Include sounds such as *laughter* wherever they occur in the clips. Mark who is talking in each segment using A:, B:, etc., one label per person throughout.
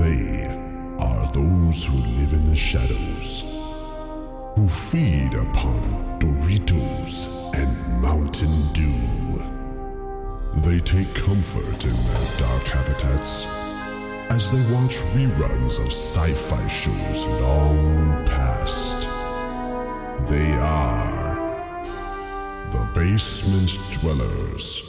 A: They are those who live in the shadows, who feed upon Doritos and Mountain Dew. They take comfort in their dark habitats as they watch reruns of sci fi shows long past. They are the Basement Dwellers.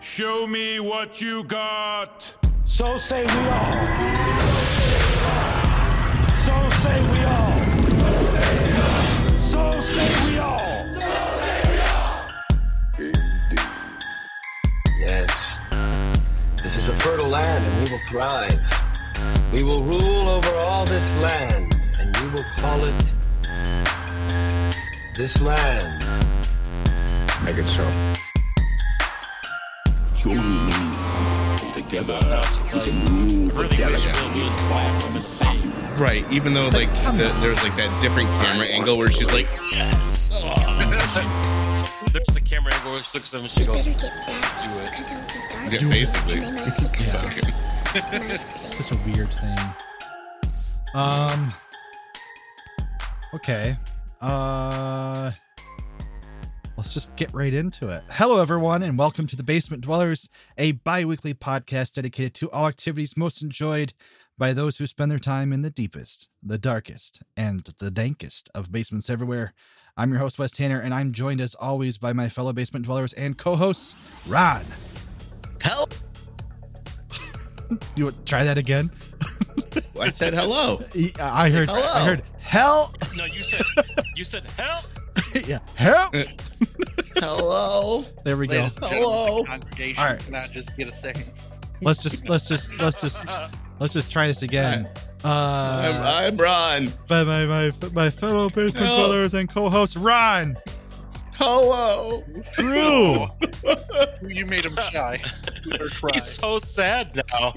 B: Show me what you got.
C: So say we all. So say we all. So say we all.
D: Yes. This is a fertile land and we will thrive. We will rule over all this land and we will call it this land.
E: Make it so.
F: Join me. Together, we can rule the galaxy.
G: Right, even though like the, there's like that different camera angle where she's like,
H: Yes.
G: *laughs*
H: Oh. There's the camera angle which looks at him and she goes,
I: Better get back,
H: Do it.
I: 'cause it'll be dark
G: yeah,
I: soon,
G: basically,
I: and I
H: *laughs*
I: mostly
G: fuck
I: *laughs* forgot.
G: him.
I: Mostly.
J: Such a weird thing. Um. Okay. Uh. Let's just get right into it. Hello, everyone, and welcome to the Basement Dwellers, a bi weekly podcast dedicated to all activities most enjoyed by those who spend their time in the deepest, the darkest, and the dankest of basements everywhere. I'm your host, Wes Tanner, and I'm joined as always by my fellow basement dwellers and co hosts, Ron.
G: "Help!"
J: You want try that again?
G: I said hello.
H: *laughs*
J: He- I heard. I
G: Hello.
J: heard. Hell.
H: No, you said, you said, help.
J: *laughs* yeah. Help.
K: Hello.
J: There we go.
K: Ladies and gentlemen,
E: Hello.
K: The congregation
J: All right.
K: cannot just get a second.
J: Let's just. Let's just. Let's just. Let's just try this again. Uh,
G: I'm, I'm Ron.
J: by my my my fellow basement
G: No.
J: dwellers and co-host Ron.
G: Hello.
J: Drew.
K: You made him shy. Or cry.
H: He's so sad now.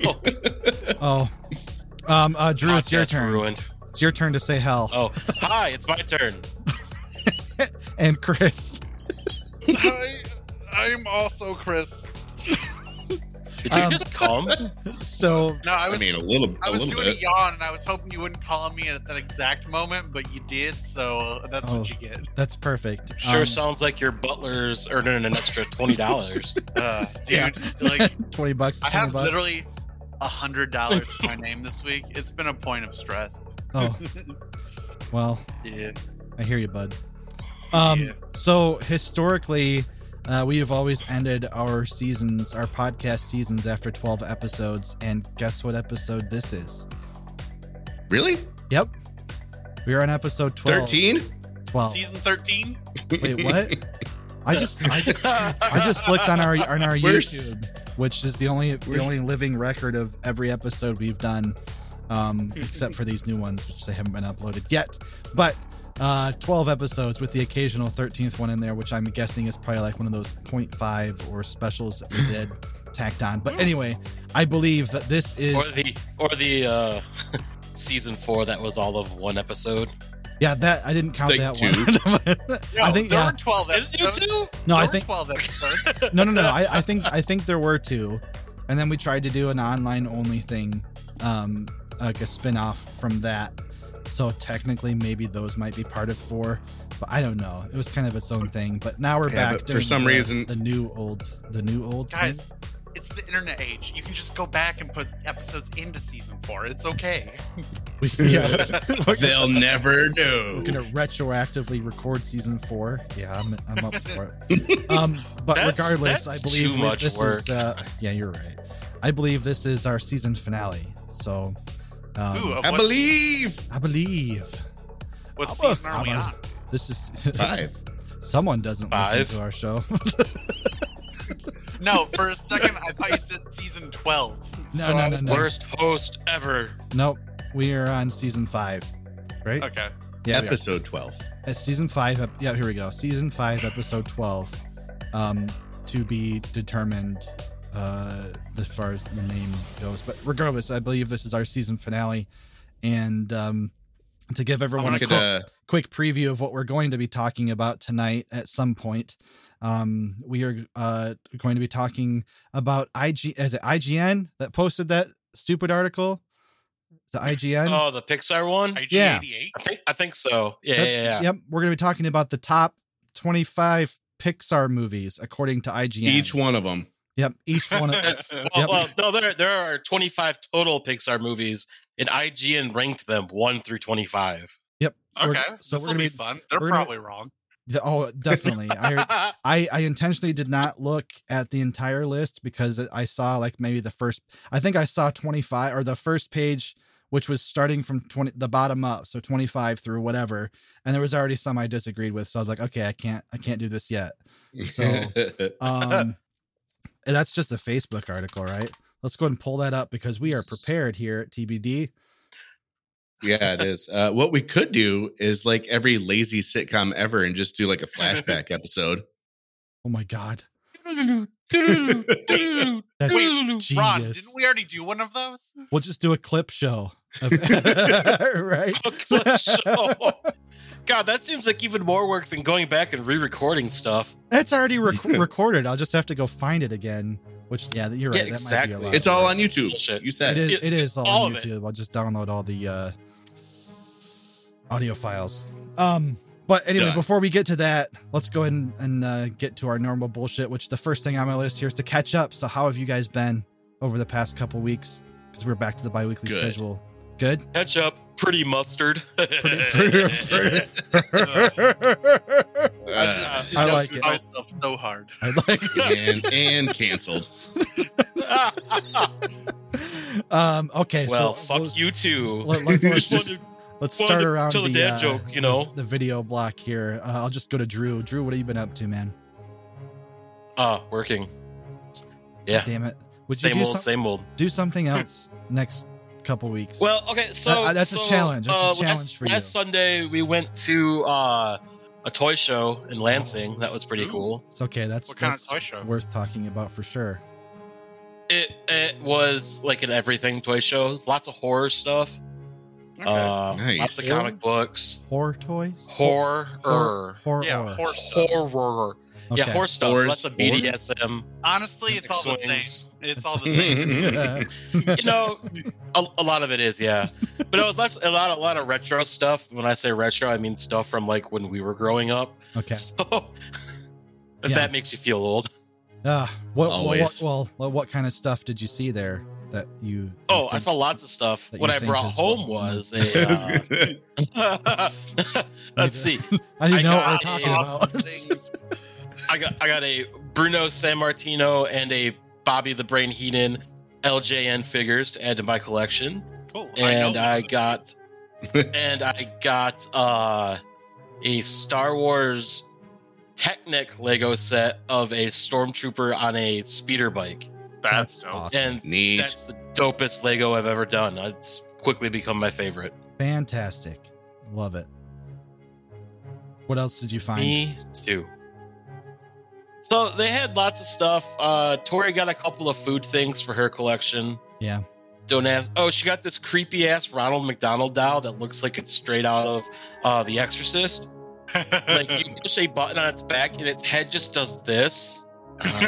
J: oh. Um. Uh. Drew, it's your
H: Podcast
J: turn.
H: Ruined.
J: It's your turn to say hell.
H: Oh, hi, it's my turn.
J: And Chris. *laughs*
K: I, I'm also Chris.
H: Did you
J: Um,
H: just come?
J: So
K: No, I
G: I
K: was. I
G: mean, a little, a
K: was
G: little
K: doing
G: bit.
K: a yawn, and I was hoping you wouldn't call me at that exact moment, but you did, so that's
J: Oh.
K: what you get.
J: that's perfect.
H: Sure
J: Um,
H: sounds like your butler's earning an extra twenty dollars.
K: Uh, dude,
J: *laughs* Yeah. *laughs*
K: like
J: Twenty bucks.
K: I
J: 20
K: have
J: bucks.
K: literally a hundred dollars
J: *laughs*
K: to my name this week. It's been a point of stress. *laughs*
J: Oh. Well.
K: Yeah.
J: I hear you, bud. Um,
K: Yeah.
J: So historically, uh, we have always ended our seasons, our podcast seasons, after twelve episodes. And guess what episode this is?
G: Really?
J: Yep, we are on episode twelve.
G: Thirteen?
J: Twelve.
K: Oh. Season thirteen.
J: Wait, what? I just I, I just looked on our on our
G: We're s-
J: YouTube, which is the only the
G: we're-
J: only living record of every episode we've done, um, except for these new ones, which they haven't been uploaded yet. But uh, twelve episodes with the occasional thirteenth one in there, which I'm guessing is probably like one of those 0.5 or specials that we did tacked on. But anyway, I believe that this
H: or
J: is
H: the or the uh *laughs* season four that was all of one episode.
J: yeah that I didn't count
G: Take
J: that one. *laughs*
K: No,
J: I think
K: there
J: yeah.
K: were twelve
H: Did you
K: episodes.
H: too?
J: no,
K: there
J: I
K: were
J: think *laughs*
K: twelve episodes.
J: no, no, no. I, I think I think there were two, and then we tried to do an online only thing, um, like a spin off from that. So technically, maybe those might be part of four, but I don't know. It was kind of its own thing. But now we're
G: Yeah,
J: back
G: but for
J: doing
G: some
J: the-
G: reason-
J: the new old, the new old thing.
K: Guys, it's the internet age. You can just go back and put episodes into season four. It's okay.
J: *laughs* We- yeah,
G: *laughs* They'll never know.
J: we're gonna retroactively record season four. Yeah, I'm, I'm up for
G: *laughs*
J: it. Um, but
H: That's-
J: regardless,
H: that's
J: I
H: too
J: believe we-
H: much
J: this
H: work.
J: is. Uh, yeah, you're right. I believe this is our season finale. So. Um,
K: Ooh, of
G: I
K: what-
G: believe
J: I believe
K: What
J: I'm a-
K: season are we
J: I'm a-
K: on?
J: this is
G: five.
J: *laughs* Someone doesn't
H: Five.
J: listen to our show. *laughs*
K: No, for a second I
J: *laughs*
K: thought you said season twelve.
J: No,
K: So
J: no,
K: I
J: no,
K: was-
J: no.
H: Worst host ever.
J: nope, we are on season five, right?
K: Okay.
J: Yeah, we are.
G: Episode twelve.
J: It's season five. ep- Yeah, here we go. Season five, episode twelve. Um, to be determined. Uh, as far as the name goes, but regardless, I believe this is our season finale, and um, to give everyone a
G: could,
J: quick,
G: uh,
J: quick preview of what we're going to be talking about tonight at some point. Um, we are uh, going to be talking about IG as it IGN that posted that stupid article. The IGN.
H: Oh, the Pixar one?
K: IG88?
J: Yeah.
H: I think I think so. Yeah, yeah,
J: That's-
H: yeah.
J: Yep. We're going to be talking about the top 25 Pixar movies according to IGN.
G: Each one of them.
J: Yep. Each
G: *laughs*
J: one. Of,
H: *laughs* That's, well,
J: Yep.
H: well, no, there there are 25 total Pixar movies, and IGN ranked them one through 25.
J: yep.
K: Okay,
J: We're- so
K: so
J: we're going
K: this will
J: to
K: be
J: be.
K: fun. They're
J: we're gonna-
K: probably wrong.
J: the- oh, definitely. I,
H: *laughs*
J: I I intentionally did not look at the entire list because I saw like maybe the first. I think I saw 25 or the first page, which was starting from 20 the bottom up, so 25 through whatever, and there was already some I disagreed with. So I was like, okay, I can't I can't do this yet. So- Um, and that's just a Facebook article, right? Let's go ahead and pull that up because we are prepared here at TBD.
G: yeah, it is. Uh, what we could do is like every lazy sitcom ever and just do like a
J: *laughs*
G: flashback episode.
J: Oh my god,
H: That's
J: that's
K: Wait,
J: genius.
K: Ron, didn't we already do one
J: *laughs*
K: of those?
J: We'll just do a clip show, of- *laughs* right?
H: *laughs* God, that seems like even more work than going back and re-recording stuff.
J: It's already rec- recorded. I'll just have to go find it again. Which, yeah, you're right.
H: Yeah,
J: that Might be
H: exactly.
J: a lot
G: It's all on
J: you.
G: YouTube.
H: Bullshit.
G: You
J: It *laughs*
G: said
J: is,
H: It-
J: it is all,
H: all
J: on
H: of it.
J: YouTube. I'll just download all the uh, audio files. Um, but anyway,
G: Done.
J: before we get to that, let's go ahead and, and uh, get to our normal bullshit. Which the first thing on my list here is to catch up. So how have you guys been over the past couple weeks? Because we're back to the biweekly
G: Good.
J: schedule. Good. *laughs*
H: Catch up, pretty mustard. *laughs*
K: I just,
G: Uh,
K: I
J: I
K: just
J: like it.
K: myself so hard.
J: I like.
G: and, and
J: *laughs*
G: canceled.
J: Um. Okay.
H: Ah, well,
J: so
H: fuck *laughs* you too.
J: Let, let, let's
H: Just
J: just let's start
H: wanted to
J: around
H: tell
J: the
H: a dad
J: uh,
H: joke, you know?
J: the video block here. Uh, I'll just go to Drew. Drew, what have you been up to, man?
H: Ah, working. Yeah.
J: Damn it. Would
H: same
J: you do,
H: old,
J: some-
H: same old.
J: do something else next couple weeks?
H: Well, okay, so
J: Uh, that's a
H: so,
J: challenge. That's a
H: last-
J: challenge for you.
H: Last Sunday, we went to uh, a toy show in Lansing. That was pretty cool.
J: it's okay. That's
K: What kind of
J: that's
K: toy show?
J: worth talking about for sure.
H: It it was like an everything toy show. It's lots of horror stuff.
K: Okay.
H: Uh,
G: Nice.
H: Lots of comic books.
J: Horror toys.
H: Horror.
J: Horror. Horror.
K: yeah, horror stuff.
H: Horror. Yeah,
J: Okay.
H: horror stuff.
G: Horrors.
H: Lots of BDSM.
K: Honestly, it's all the
H: swings.
K: same. It's all the
J: *laughs*
K: same.
H: you know, a, a lot of it is, yeah. But it was lots, a lot, a lot of retro stuff. When I say retro, I mean stuff from like when we were growing up.
J: *laughs*
H: *laughs*
J: okay.
H: So, if
J: Yeah.
H: that makes you feel old.
J: Uh, what, what, what,
G: Always.
J: well, what- what kind of stuff did you see there that you? you
H: Oh, I
J: think-
H: saw lots of stuff.
J: that
H: What
J: you
H: I
J: think
H: brought
J: is-
H: home was
J: *laughs*
H: a. Uh, *laughs* let's see.
J: I didn't
H: I
J: know what
H: got-
J: we're
K: I
J: talking
K: saw
J: about.
K: some things.
H: I got I got a Bruno San Martino and a Bobby the Brain Heenan LJN figures to add to my collection.
K: Cool.
H: and
K: know
H: I,
K: *laughs* one.
H: got and I got uh a Star Wars Technic Lego set of a stormtrooper on a speeder bike.
J: *laughs* That's awesome.
H: And
G: *laughs* Neat.
H: that's the dopest Lego I've ever done. It's quickly become my favorite.
J: Fantastic. Love it. What else did you find?
H: Me too. So they had lots of stuff. Uh Tori got a couple of food things for her collection.
J: Yeah.
H: Don't ask. Oh, she got this creepy ass Ronald McDonald doll that looks like it's straight out of uh, The Exorcist. Like
G: *laughs*
H: you push a button on its back and its head just does this.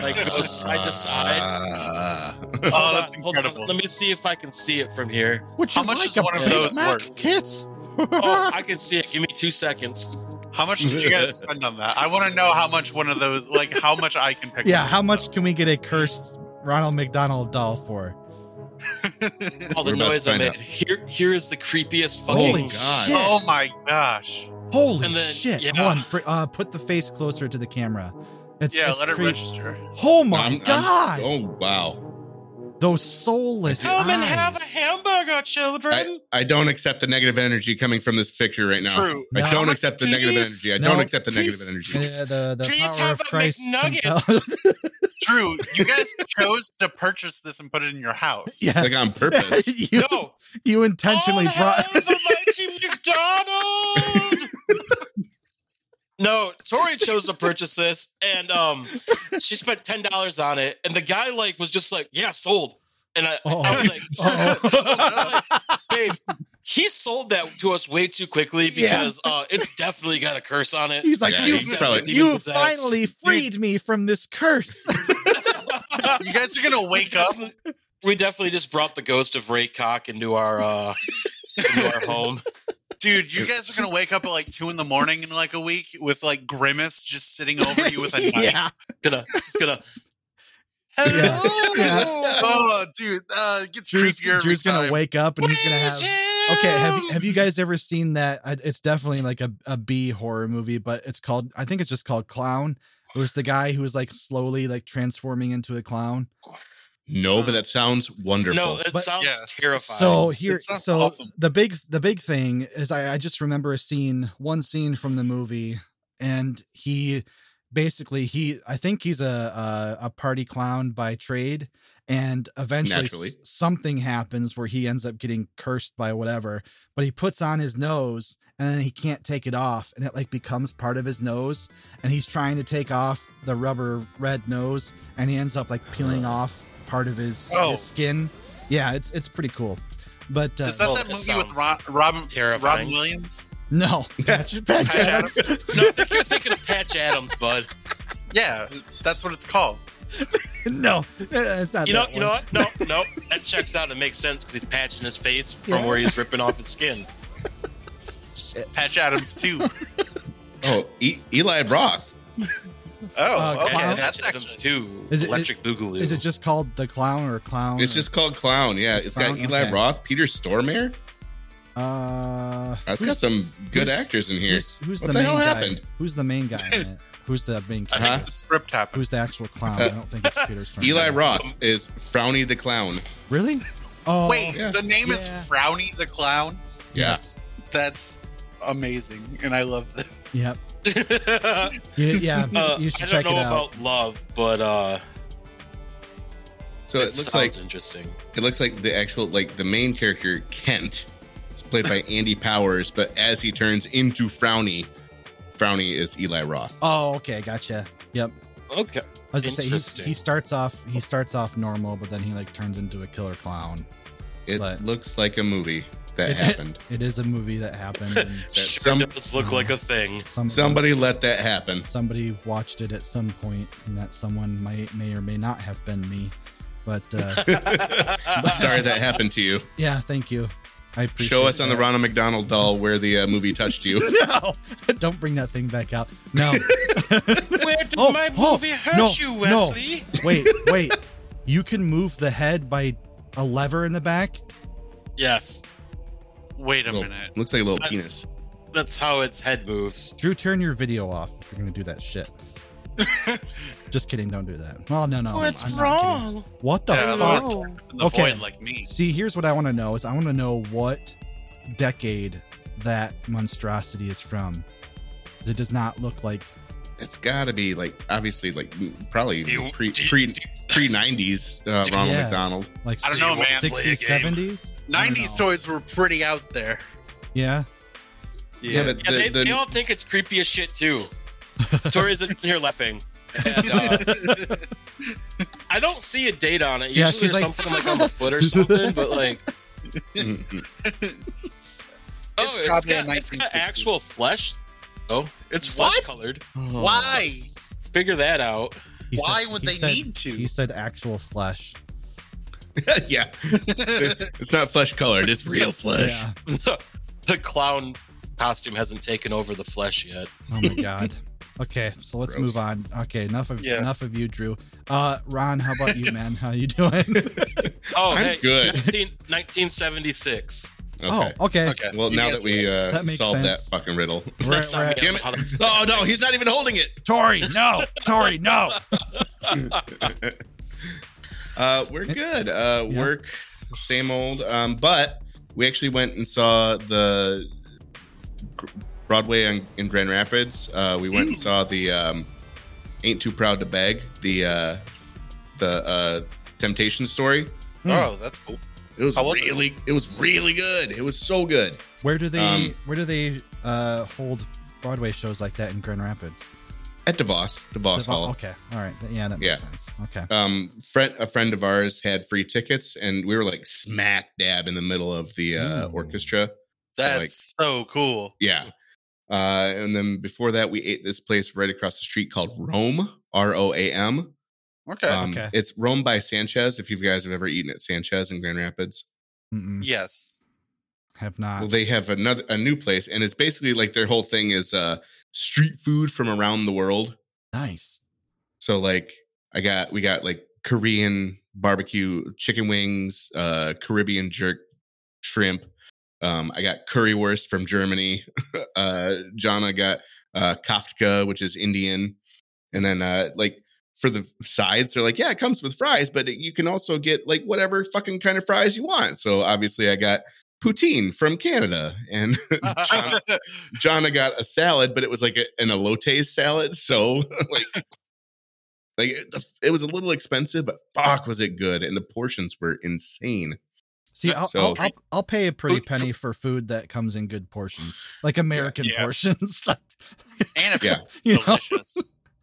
H: like, goes side to side.
G: Ah. side.
K: oh,
H: Hold
K: that's
H: on, hold on.
K: incredible.
H: Let me see if I can see it from *laughs* here.
J: Would
K: How much is one of those worth?
J: Kits.
H: Oh, I *laughs* can see it. Give me two seconds.
K: How much did you
H: *laughs*
K: guys spend on that? I want to know how much one of those, like how much I can
J: *laughs*
K: pick.
J: yeah,
K: one
J: how
K: of those
J: much can we get a cursed Ronald McDonald doll for?
K: up.
H: All
G: We're
H: the
G: about to
H: noise I
G: find
H: made.
G: out.
H: Here, here is the creepiest fucking.
J: Holy
G: God.
J: shit!
K: oh my gosh!
J: Holy
H: And then-
J: shit!
H: yeah.
J: Hold on, br- uh, put the face closer to the camera. It's,
K: yeah,
J: it's
K: let it
J: creep-
K: register.
J: Oh my
G: I'm- I'm-
J: god!
G: oh wow!
J: Those soulless
H: Come and
J: eyes.
H: have a hamburger, children.
G: I, I don't accept the negative energy coming from this picture right now.
K: True.
G: I
J: No.
G: don't accept the negative
H: Please.
G: energy. I
J: No.
G: don't accept the negative
H: Please.
G: energy.
J: Yeah, the the
H: Please
J: power
H: have
J: of
H: a
J: Christ.
H: McNugget.
J: compelled- *laughs*
K: Drew, you guys chose to purchase this and put it in your house.
J: yeah,
G: Like
J: *laughs*
G: on purpose.
J: you,
H: no,
J: you intentionally
H: All
J: brought.
H: hail the mighty McDonald. *laughs* no, Tori chose to purchase this, and um, she spent ten dollars on it, and the guy like was just like, "Yeah, sold." And I, I
J: *laughs* Oh.
H: was like,
J: *laughs*
H: *laughs*
J: Uh-oh.
H: I was like, "Babe, he sold that to us way too quickly because uh, it's definitely got a curse on it.
J: He's like,
G: Yeah,
J: you,
G: he's probably-
J: you
H: demon-possessed."
J: finally freed me from this curse.
G: *laughs*
K: You guys are gonna wake up.
H: We definitely just brought the ghost of Ray Cock into our uh, into our home. *laughs*
K: Dude, you guys are gonna wake up at like two in the morning in like a week with like grimace just sitting over you
J: *laughs*
K: with a knife.
J: yeah.
H: Gonna just gonna. *laughs*
J: Yeah.
K: Oh, dude, uh, it gets
J: Drew's,
K: creepier. every
J: Drew's gonna
K: time.
J: wake up and he's gonna have. Okay, have you, have you guys ever seen that? I- It's definitely like a, a B horror movie, but it's called, I think it's just called Clown. It was the guy who was like slowly like transforming into a clown.
G: No, but that sounds wonderful.
H: No, it
J: But-
H: sounds
K: Yeah.
H: terrifying.
J: So here,
K: It sounds
J: so
K: awesome.
J: the big the big thing is I, I just remember a scene, one scene from the movie, and he basically he I think he's a a, a party clown by trade, and eventually s-
G: Naturally.
J: something happens where he ends up getting cursed by whatever, but he puts on his nose and then he can't take it off, and it like becomes part of his nose, and he's trying to take off the rubber red nose, and he ends up like peeling off part of his,
K: Oh.
J: his skin. Yeah, it's it's pretty cool. But uh,
K: Is that
H: Well,
K: that
H: that
K: movie with
H: sounds
K: Ro- Robin
H: terrifying.
K: Robin Williams?
J: no, *laughs* Patch, Patch
K: Patch
J: Adams. *laughs*
H: no, I think you're thinking of Patch Adams, bud.
K: Yeah, that's what it's called.
J: no, it's not.
H: You know,
J: that
H: you know
J: one.
H: what? No, no, that checks out. It makes sense because he's patching his face from where he's ripping off his skin.
K: Patch
J: *laughs*
K: Adams too.
G: Oh, e- Eli Roth.
K: Oh,
J: Uh,
K: okay,
J: Clown?
K: that's
H: Patch
K: actually
H: too.
J: Is it-
H: Electric Boogaloo. *laughs*
J: Is it just called the clown or clown?
G: It's
J: or-
G: just called Clown. Yeah,
J: Just
G: it's
J: Clown?
G: got Eli
J: Okay.
G: Roth, Peter Stormare.
J: uh,
G: That's
J: who's-
G: got some good
J: who's-
G: actors in here.
J: Who's, who's
G: What
J: the,
G: the
J: main
G: hell
J: guy?
G: happened?
J: Who's the main guy? in it? Who's the main?
K: I
J: Guy?
K: think
G: Huh?
K: the script happened.
J: Who's the actual clown? I don't think it's Peter Stormare.
G: Eli Roth is Frowny the Clown.
J: Really? Oh,
K: Wait,
G: yeah.
K: the name is
J: Yeah.
K: Frowny the Clown.
G: Yeah.
J: yes.
K: That's amazing, and I love this.
J: Yep.
H: uh,
J: Yeah, yeah.
H: *laughs*
J: you
H: I
J: should
H: don't
J: check
H: know
J: it out.
H: about love, but uh,
G: So
H: it
G: it looks
H: sounds
G: like
H: interesting.
G: it looks like the actual like the main character Kent is played
J: *laughs*
G: by Andy Powers, but as he turns into Frowny, Frowny is Eli Roth.
J: Oh, okay, gotcha. Yep.
H: Okay.
J: I was gonna say he's,
H: Interesting.
J: he starts off he starts off normal, but then he like turns into a killer clown.
G: it
J: but-
G: looks like a movie that
J: *laughs* It-
G: happened.
J: It is a movie that happened. And
G: That
H: Sure
G: some-
H: does look like a
J: *laughs*
H: thing.
J: some,
G: somebody let that
J: *laughs*
G: happen.
J: somebody watched it at some point, and that someone might may or may not have been me. But uh,
G: *laughs* Sorry that happened to you.
J: yeah, thank you. I appreciate.
G: Show us on the
J: that.
G: Ronald McDonald doll where the uh, movie touched you.
J: *laughs* No, don't bring that thing back out. No,
H: Where did
J: Oh,
H: my
J: oh,
H: movie hurt
J: no,
H: you,
J: no.
H: Wesley?
J: wait, wait. You can move the head by a lever in the back.
H: Yes,
K: Wait a
G: Little-
K: minute.
G: looks like a little penis.
H: that's, that's how its head moves.
J: Drew, turn your video off if you're gonna do
G: *laughs*
J: that shit. Just kidding, don't do that. Well, no, no. I'm not kidding. What the
K: Yeah,
J: fuck?
K: no. The
J: Okay.
K: void like me.
J: See, here's what I want to know is I want to know what decade that monstrosity is from. 'Cause it does not look like
G: It's got to be like obviously like probably
H: You-
G: pre
H: do you-
G: pre pre nineties uh,
H: Do-
G: Ronald
J: Yeah.
G: McDonald.
J: like
K: I don't know, man. Play a
J: 60s, 70s. I don't
K: 90s
J: know.
K: toys were pretty out there.
J: Yeah.
G: Yeah, but
H: Yeah,
G: the,
H: they,
G: the,
H: they all think it's creepy as shit
G: *laughs*
H: too. Tori isn't here laughing. And, uh,
G: *laughs*
H: I don't see a date on it. Usually
J: Yeah, she's
H: there's
J: like-
H: something like on the foot
G: *laughs*
H: or something, but like,
G: Mm,
H: oh,
K: It's
H: it's
K: probably
H: got,
K: a
H: it's got
K: 1960s.
H: actual flesh. Oh, it's
K: What?
H: flesh colored.
J: Oh,
G: mm.
K: Why?
H: Figure that out.
J: He
K: Why would
J: he
K: they need to?
J: He said actual flesh.
G: *laughs*
H: *laughs*
G: yeah, it's not flesh colored. It's real flesh.
J: Yeah.
H: the clown costume hasn't taken over the flesh yet.
J: Oh my
K: *laughs*
J: god. Okay, so let's
G: Gross.
J: move on. Okay, enough of
K: Yeah.
J: enough of you, Drew. Uh, Ron, how about you, man? How you doing? *laughs*
H: Oh,
G: I'm
H: hey,
G: good.
H: 19, 1976.
G: Okay.
J: Oh, okay.
K: Okay.
G: Well,
K: You
G: now
K: guys
G: that we uh,
J: That makes
G: solved
J: sense.
G: that
H: *laughs*
G: fucking riddle.
J: We're at-
H: That's not
J: we're at-
H: me.
G: Damn it.
H: How does-
G: *laughs* Oh no, he's not even holding it.
J: Tori, no, Tori, no.
G: Uh, we're good. Uh,
J: Yeah.
G: Work, same old. Um, but we actually went and saw the Gr- Broadway in, in Grand Rapids. Uh, we went and saw the um, "Ain't Too Proud to Beg" the uh, the uh, Temptation story.
K: Oh, that's cool.
G: It was,
K: How was it?
G: really, it? was really good. It was so good.
J: Where do they
G: Um,
J: where do they uh hold Broadway shows like that in Grand Rapids?
G: at DeVos, DeVos
J: Devo-
G: Hall.
J: Okay. All right. Yeah, that makes
G: Yeah.
J: sense. Okay.
G: Um, friend, a friend of ours had free tickets, and we were like smack dab in the middle of the uh, orchestra. So, like,
K: That's so cool.
G: yeah. Uh, and then before that, we ate this place right across the street called Rome, R O A M.
K: Uh, Okay.
G: Um, It's Rome by Sanchez. If you guys have ever eaten at Sanchez in Grand Rapids,
J: Mm-mm.
G: *laughs*
K: yes.
J: Have not.
G: well, they have another a new place, and it's basically like their whole thing is uh, street food from around the world.
J: nice.
G: So like I got we got like Korean barbecue chicken wings, uh Caribbean jerk shrimp. Um I got currywurst from Germany. *laughs* uh Jana got uh kaftka, which is Indian. And then uh like for the sides, they're like, yeah, it comes with fries, but you can also get like whatever fucking kind of fries you want. So obviously I got poutine from Canada and *laughs* Jana, Jana got a salad, but it was like a, an elote salad. So *laughs* like like it, the- it was a little expensive, but fuck, was it good? And the portions were insane.
J: See, I'll,
G: So-
J: I'll, I'll, I'll pay a pretty penny for food that comes in good portions, like American
K: Yeah.
J: portions. *laughs* like,
K: And if
G: Yeah.
J: you know?
K: delicious.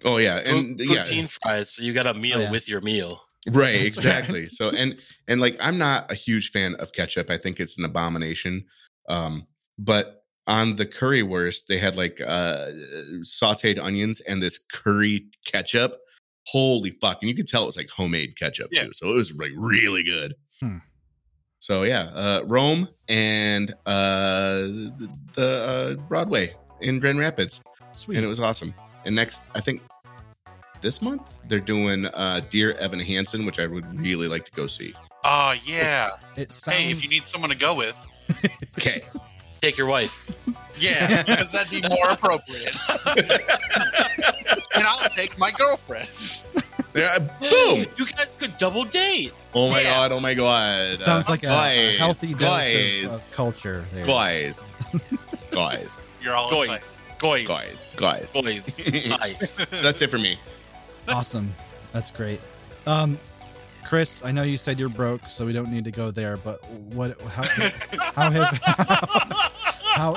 G: Oh yeah, and yeah,
H: Poutine fries, so you got a meal
J: Oh, yeah.
H: with your meal.
G: right,
J: That's
G: exactly. So and and like I'm not a huge fan of ketchup. I think it's an abomination. Um, but on the currywurst, they had like uh sautéed onions and this curry ketchup. Holy fuck! And you could tell it was like homemade ketchup
F: Yeah.
G: too. So it was like really good.
J: Hmm.
G: So yeah, uh, Rome and uh, the, the uh, Broadway in Grand Rapids.
J: Sweet.
G: and it was awesome. And next, I think this month they're doing uh, Dear Evan Hansen, which I would really like to go see.
K: Oh yeah.
J: *laughs* It sounds.
K: Hey, if you need someone to go with,
G: Okay,
H: Take your wife.
K: yeah, *laughs* because that'd be
G: *laughs*
K: more appropriate. and I'll take my girlfriend.
G: there, I- uh,
H: *laughs*
G: boom!
H: You guys could double date.
G: Oh my
K: Yeah.
G: god! Oh my god!
J: sounds
G: Uh,
J: like a, a
G: guys,
J: healthy dose
G: guys,
J: of, of culture. There.
K: *laughs*
G: guys,
J: *laughs*
G: guys,
K: You're all in
H: Guys. Guys.
G: guys, guys.
H: Guys.
G: *laughs*
H: Hi.
G: So that's it for me.
J: Awesome. That's great. Um, Chris, I know you said you're broke, so we don't need to go there. But what? How, how have *laughs* how,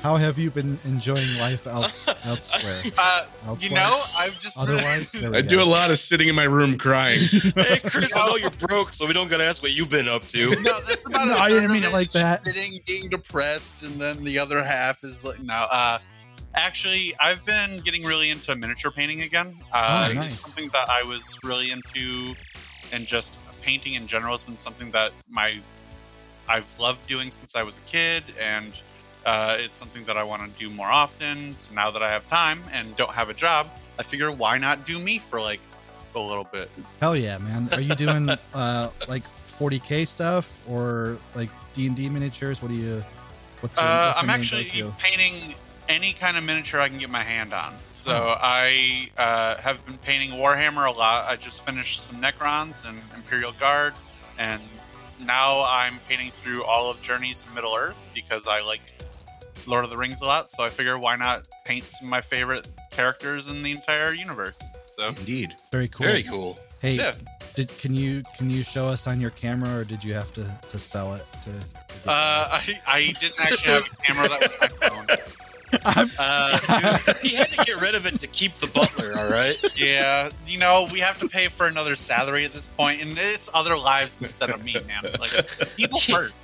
J: how have you been enjoying life
K: *laughs*
J: else, elsewhere?
K: Uh,
J: Elsewhere?
K: you know, I've just
J: Otherwise, *laughs* there we
G: I do
J: go.
G: a lot of sitting in my room crying.
H: Hey, Chris, I know you're broke, so we don't gotta ask what you've been up to.
K: no, that's
J: *laughs*
K: about
J: No,
K: a
J: I didn't
K: third
J: mean
K: of
J: it like
K: is
J: that.
K: just Sitting, being depressed, and then the other half is like no. Uh, actually, I've been getting really into miniature painting again. Uh,
J: Oh, nice.
K: Something that I was really into, and just painting in general has been something that my I've loved doing since I was a kid, and uh, it's something that I want to do more often. So now that I have time and don't have a job, I figure why not do me for like a little bit.
J: Hell yeah, man! Are you doing uh like 40k stuff or like D and D miniatures? What do you? What's your,
K: Uh,
J: what's your
K: I'm
J: main
K: actually
J: go-to?
K: painting any kind of miniature I can get my hand on. So I uh, have been painting Warhammer a lot. I just finished some Necrons and Imperial Guard, and now I'm painting through all of Journeys in Middle Earth because I like Lord of the Rings a lot. So I figure why not paint some of my favorite characters in the entire universe. So
G: Indeed.
J: very cool.
H: Very cool.
J: Hey,
K: yeah.
J: did, can you can you show us on your camera, or did you have to to sell it? To,
K: uh, I, I didn't actually have a camera that was my phone. Uh,
H: He had to get rid of it to keep the butler, all right?
K: Yeah, you know, we have to pay for another salary at this point, and it's other lives instead of me, man. Like people first.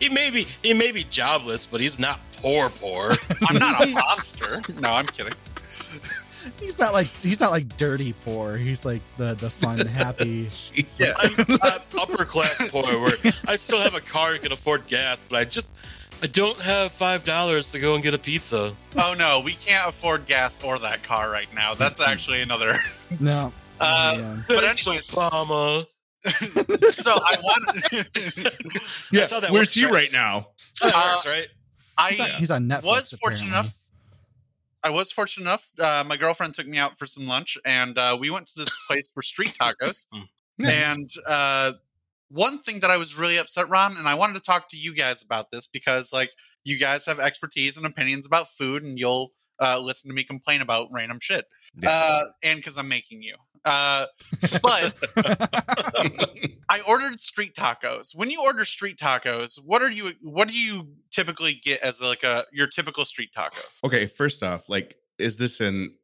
H: He may be he may be jobless, but he's not poor poor.
K: I'm not a monster. No, I'm kidding.
J: he's not like he's not like dirty poor. He's like the the
K: *laughs*
J: fun happy.
K: Yeah. Uh,
H: Uh, Upper class poor where I still have a car and can afford gas, but I just I don't have five dollars to go and get a pizza.
K: Oh no, we can't afford gas or that car right now. That's actually another.
J: No. Oh,
K: Uh,
J: *laughs* Yeah.
K: But
H: Thanks,
K: anyways-
H: Obama.
K: So I want. *laughs*
G: Yeah,
H: how that
G: where's
H: works,
G: he
H: Travis.
G: right now?
H: That's how it
K: Uh,
H: works, right?
J: He's, on,
K: I
J: he's on Netflix.
K: was
J: apparently.
K: fortunate enough. I was fortunate enough. Uh, my girlfriend took me out for some lunch, and uh, we went to this place for street tacos. And uh, one thing that I was really upset, Ron, and I wanted to talk to you guys about this because, like, you guys have expertise and opinions about food, and you'll uh, listen to me complain about random shit. Uh, and because I'm making you. Uh, but
J: *laughs*
K: *laughs* I ordered street tacos. When you order street tacos, what are you? What do you
G: Uh,
K: typically get as like a your typical street taco?
G: Okay, first off, like, is this an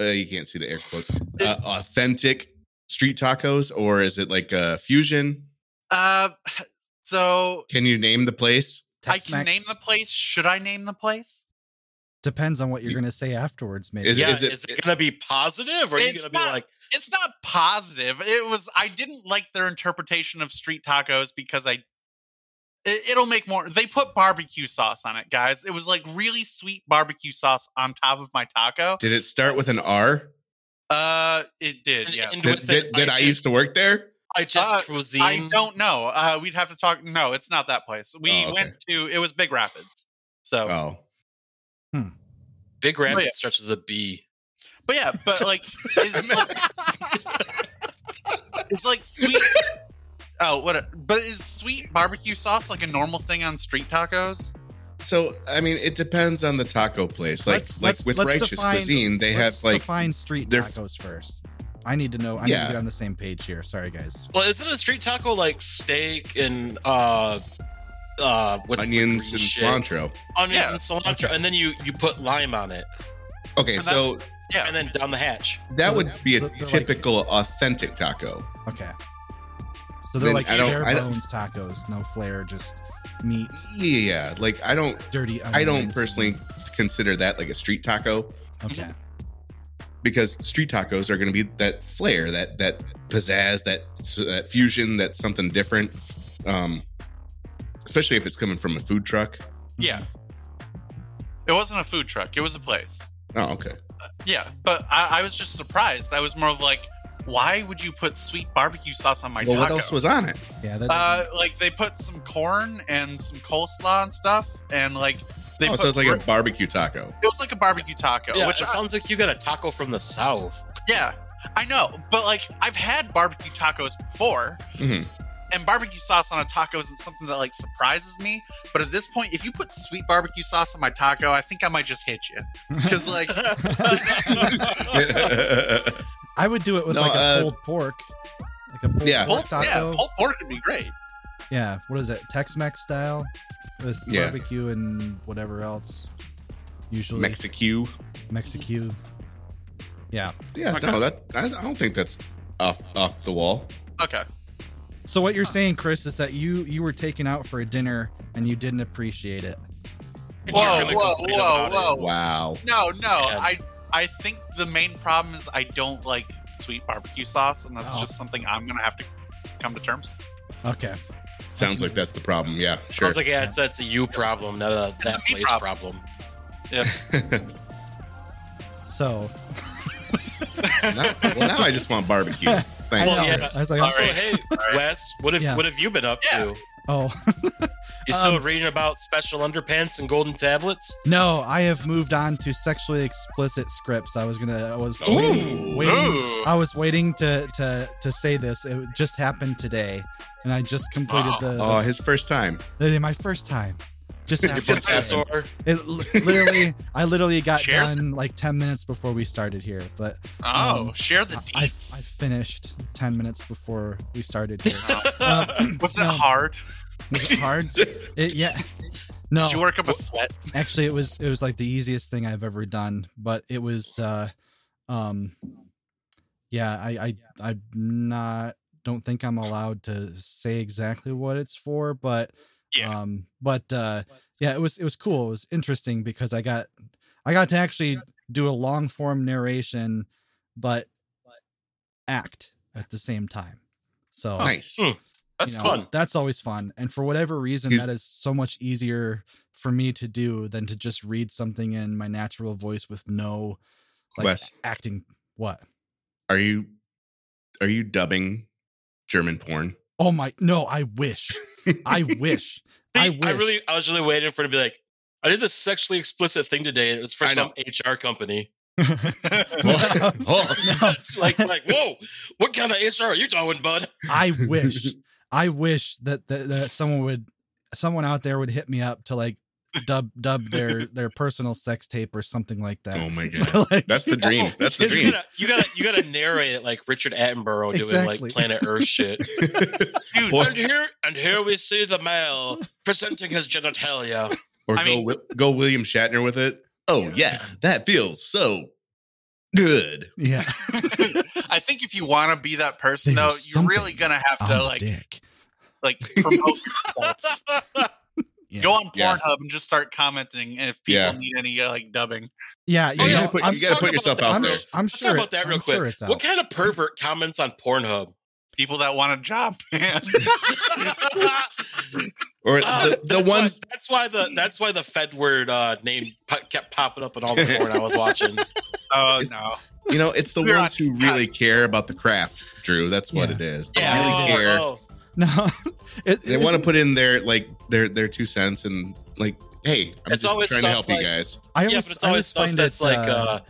G: uh, you can't see the air quotes uh, authentic street tacos or is it like a fusion?
K: Uh, *sighs* so
G: Can you name the place?
K: I can name the place. Should I name the place?
J: Depends on what you're going to say afterwards, maybe.
G: Is it-
H: yeah,
G: is
H: is
G: it-
H: it, gonna be positive or are you
K: It's
H: gonna be
K: not-
H: like
K: It's not positive. It was. I didn't like their interpretation of street tacos because I. It, it'll make more. They put barbecue sauce on it, guys. It was like really sweet barbecue sauce on top of my taco.
G: Did it start with an R?
K: Uh, it did. Yeah.
H: and
G: Did,
H: with
G: did,
H: it,
G: did I,
H: just,
G: used to work there?
H: I just
K: Uh,
H: cuisine.
K: I don't know. Uh, we'd have to talk. No, it's not that place. We
G: Oh, okay.
K: went to. It was Big Rapids. So,
G: Oh,
H: Big rabbit
K: Oh, yeah.
H: starts with a B.
K: but yeah, but like,
H: *laughs*
K: it's like, it's like sweet. Oh, what? A, but is sweet barbecue sauce like a normal thing on street tacos?
G: so I mean, it depends on the taco place. Like
J: Let's-
G: like
J: let's-
G: with
J: let's
G: righteous
J: define-
G: cuisine, they have
J: Let's
G: like
J: define street
G: they're-
J: tacos first. I need to know. I need
G: Yeah.
J: to get on the same page here. Sorry, guys.
H: Well, isn't a street taco like steak and uh uh what's the
G: onions
H: green
G: and
H: shit?
G: cilantro.
H: Onions
K: Yeah.
H: and cilantro, and then you you put lime on it,
G: Okay,
K: And that's-
G: so
K: Yeah.
H: and then down the hatch.
G: that
J: so
G: would
J: they're-
G: be a
J: they're like-
G: typical authentic taco.
J: Okay. So they're
G: Then
J: like
G: I don't-
J: bare
G: I don't-
J: bones tacos, no flair, just meat,
G: Yeah, like I don't
J: dirty. Onions.
G: I don't personally consider that like a street taco
J: Okay.
G: because street tacos are going to be that flair, that that pizzazz, that that fusion, that something different. Um, especially if it's coming from a food truck.
K: Yeah. It wasn't a food truck. It was a place.
G: Oh, okay.
K: Yeah, but I, I was just surprised. I was more of like, why would you put sweet barbecue sauce on my
G: well,
K: taco?
G: what else was on it?
J: Yeah. That
K: uh, like they put some corn and some coleslaw and stuff, and like they
G: oh,
K: put
G: so it's like
K: bur-
G: a barbecue taco. *laughs*
K: it was like a barbecue taco,
H: Yeah,
K: which
H: it
K: I,
H: sounds like you got a taco from the south.
K: yeah, I know, but like I've had barbecue tacos before,
H: Mm-hmm.
G: Mhm.
K: and barbecue sauce on a taco isn't something that like surprises me. But at this point, if you put sweet barbecue sauce on my taco, I think I might just hit you because
J: *laughs*
K: like
J: I would do it with
G: No,
J: like a
G: uh,
J: pulled pork, like a pulled
G: yeah.
J: pork
K: pulled,
J: taco.
K: yeah, pulled pork would be great.
J: Yeah, what is it? Tex-Mex style with
G: Yeah.
J: barbecue and whatever else. Usually
G: Mexicu.
J: Mexicu. Yeah.
G: Yeah,
K: Okay.
G: no, that I, I don't think that's off off the wall.
K: Okay.
J: So what you're saying, Chris, is that you you were taken out for a dinner and you didn't appreciate it.
K: Whoa,
H: really
K: whoa,
H: complain
K: whoa,
H: about it.
K: whoa.
G: Wow.
K: No, no.
H: Yeah.
K: I I think the main problem is I don't like sweet barbecue sauce, and that's
J: Oh.
K: just something I'm gonna have to come to terms. with.
J: Okay.
G: Sounds like that's the problem. Yeah, sure.
H: Sounds like yeah, it's, that's a you problem, not a that
K: a me
H: place
K: problem.
H: problem. *laughs*
J: So
G: now, well, now I just want barbecue. Thanks.
H: Well,
J: I, know.
H: yeah.
J: I was like,
K: All
J: I'm so-
H: So
K: right.
H: hey, Wes, what have
J: Yeah.
H: what have you been up
K: Yeah.
H: to?
J: *laughs* oh *laughs*
H: You still reading about special underpants and golden tablets?
J: no, I have moved on to sexually explicit scripts. I was gonna I was waiting, waiting-
K: Ooh.
J: I was waiting to to to say this. It just happened today, and I just completed
K: Wow.
J: the,
G: Oh, his first time.
J: the my first time. Just
H: Your
J: after
K: just
J: today.
H: professor?
J: It l- literally, I literally got
K: Share?
J: done like 10 minutes before we started here, but
K: Oh,
J: Um,
K: share the
J: I, I
K: deets.
J: finished 10 minutes before we
K: *laughs*
J: started here.
K: Was
J: *clears throat* no.
K: it hard?
J: Was it hard? It, yeah. No,
K: Did you work up a sweat?
J: actually, it was it was like the easiest thing I've ever done, but it was, uh, um, yeah, I I I'm not don't think I'm allowed to say exactly what it's for, but
K: Yeah.
J: um, but uh, yeah, it was it was cool. It was interesting because I got I got to actually do a long form narration, but act at the same time. So
G: Nice.
K: That's
J: you know,
K: fun.
J: That's always fun. And for whatever reason,
G: Is-
J: that is so much easier for me to do than to just read something in my natural voice with no like
G: Wes.
J: acting. What?
G: Are you are you dubbing German porn?
J: Oh my! No, I wish.
G: *laughs*
J: I wish. I
H: I,
J: wish.
H: really, I was really waiting for it to be like, I did this sexually explicit thing today. and It was for
G: I
H: some HR
J: *laughs*
H: company. *laughs*
G: *laughs* Oh,
J: No.
H: It's like, like, whoa, what kind of HR are you doing,
J: *laughs*
H: bud?
J: *laughs* I wish, I wish that, that that someone would, someone out there would hit me up to like dub dub their their personal sex tape or something like that.
G: Oh my god.
J: *laughs* Like-
G: That's the dream. That's the
H: You
G: dream.
H: gotta, you gotta, you gotta narrate it like Richard Attenborough doing
J: Exactly.
H: like Planet Earth
J: *laughs*
H: shit.
K: Dude,
G: Or,
H: and here, and here we see the
J: *laughs*
H: male presenting his genitalia.
G: or
K: I mean-
G: go Wi- go William Shatner with it. Oh yeah, that feels so good. *laughs*
J: Yeah.
K: *laughs* I think if you want to be that person,
J: There
K: though,
J: was
K: you're really
J: something
K: gonna have
J: I'm a
K: to like
J: Oh, dick.
K: like promote yourself.
J: *laughs* Yeah.
K: Go on Pornhub
G: Yeah.
K: and just start commenting, and if people
G: Yeah.
K: need any uh, like dubbing,
J: Yeah, you
G: you
J: know,
G: gotta put,
J: I'm,
G: Oh, you gotta
H: talking
G: put yourself
H: about
G: out
J: I'm,
G: there.
J: s- I'm
H: Let's
J: sure
H: talk about that
J: it-
H: real
J: I'm
H: quick.
J: sure it's out.
H: what kind of pervert comments on Pornhub?
K: people that want a job, *laughs*
J: *laughs*
K: man.
G: Or
H: Uh,
G: the, the
H: that's why-
G: ones
H: that's why the that's why the Fed word uh, name po- kept popping up in all the porn I was watching.
K: oh
G: It's-
J: *laughs*
K: no,
G: you know, it's the
K: We're
G: ones who really care about the craft, Drew. That's what
J: Yeah.
G: it is. They
K: Yeah.
G: really
H: Oh,
G: care.
H: oh.
J: *laughs* No, it,
G: They want to put in their like their their two cents and like, hey, I'm
H: It's
G: just
H: always
G: trying to
H: stuff
G: help
H: like-
G: you guys.
J: I
H: yeah,
J: always,
H: but it's
J: I
H: always
J: always
H: stuff
J: find
H: that's
J: it,
H: like,
J: uh,
H: uh,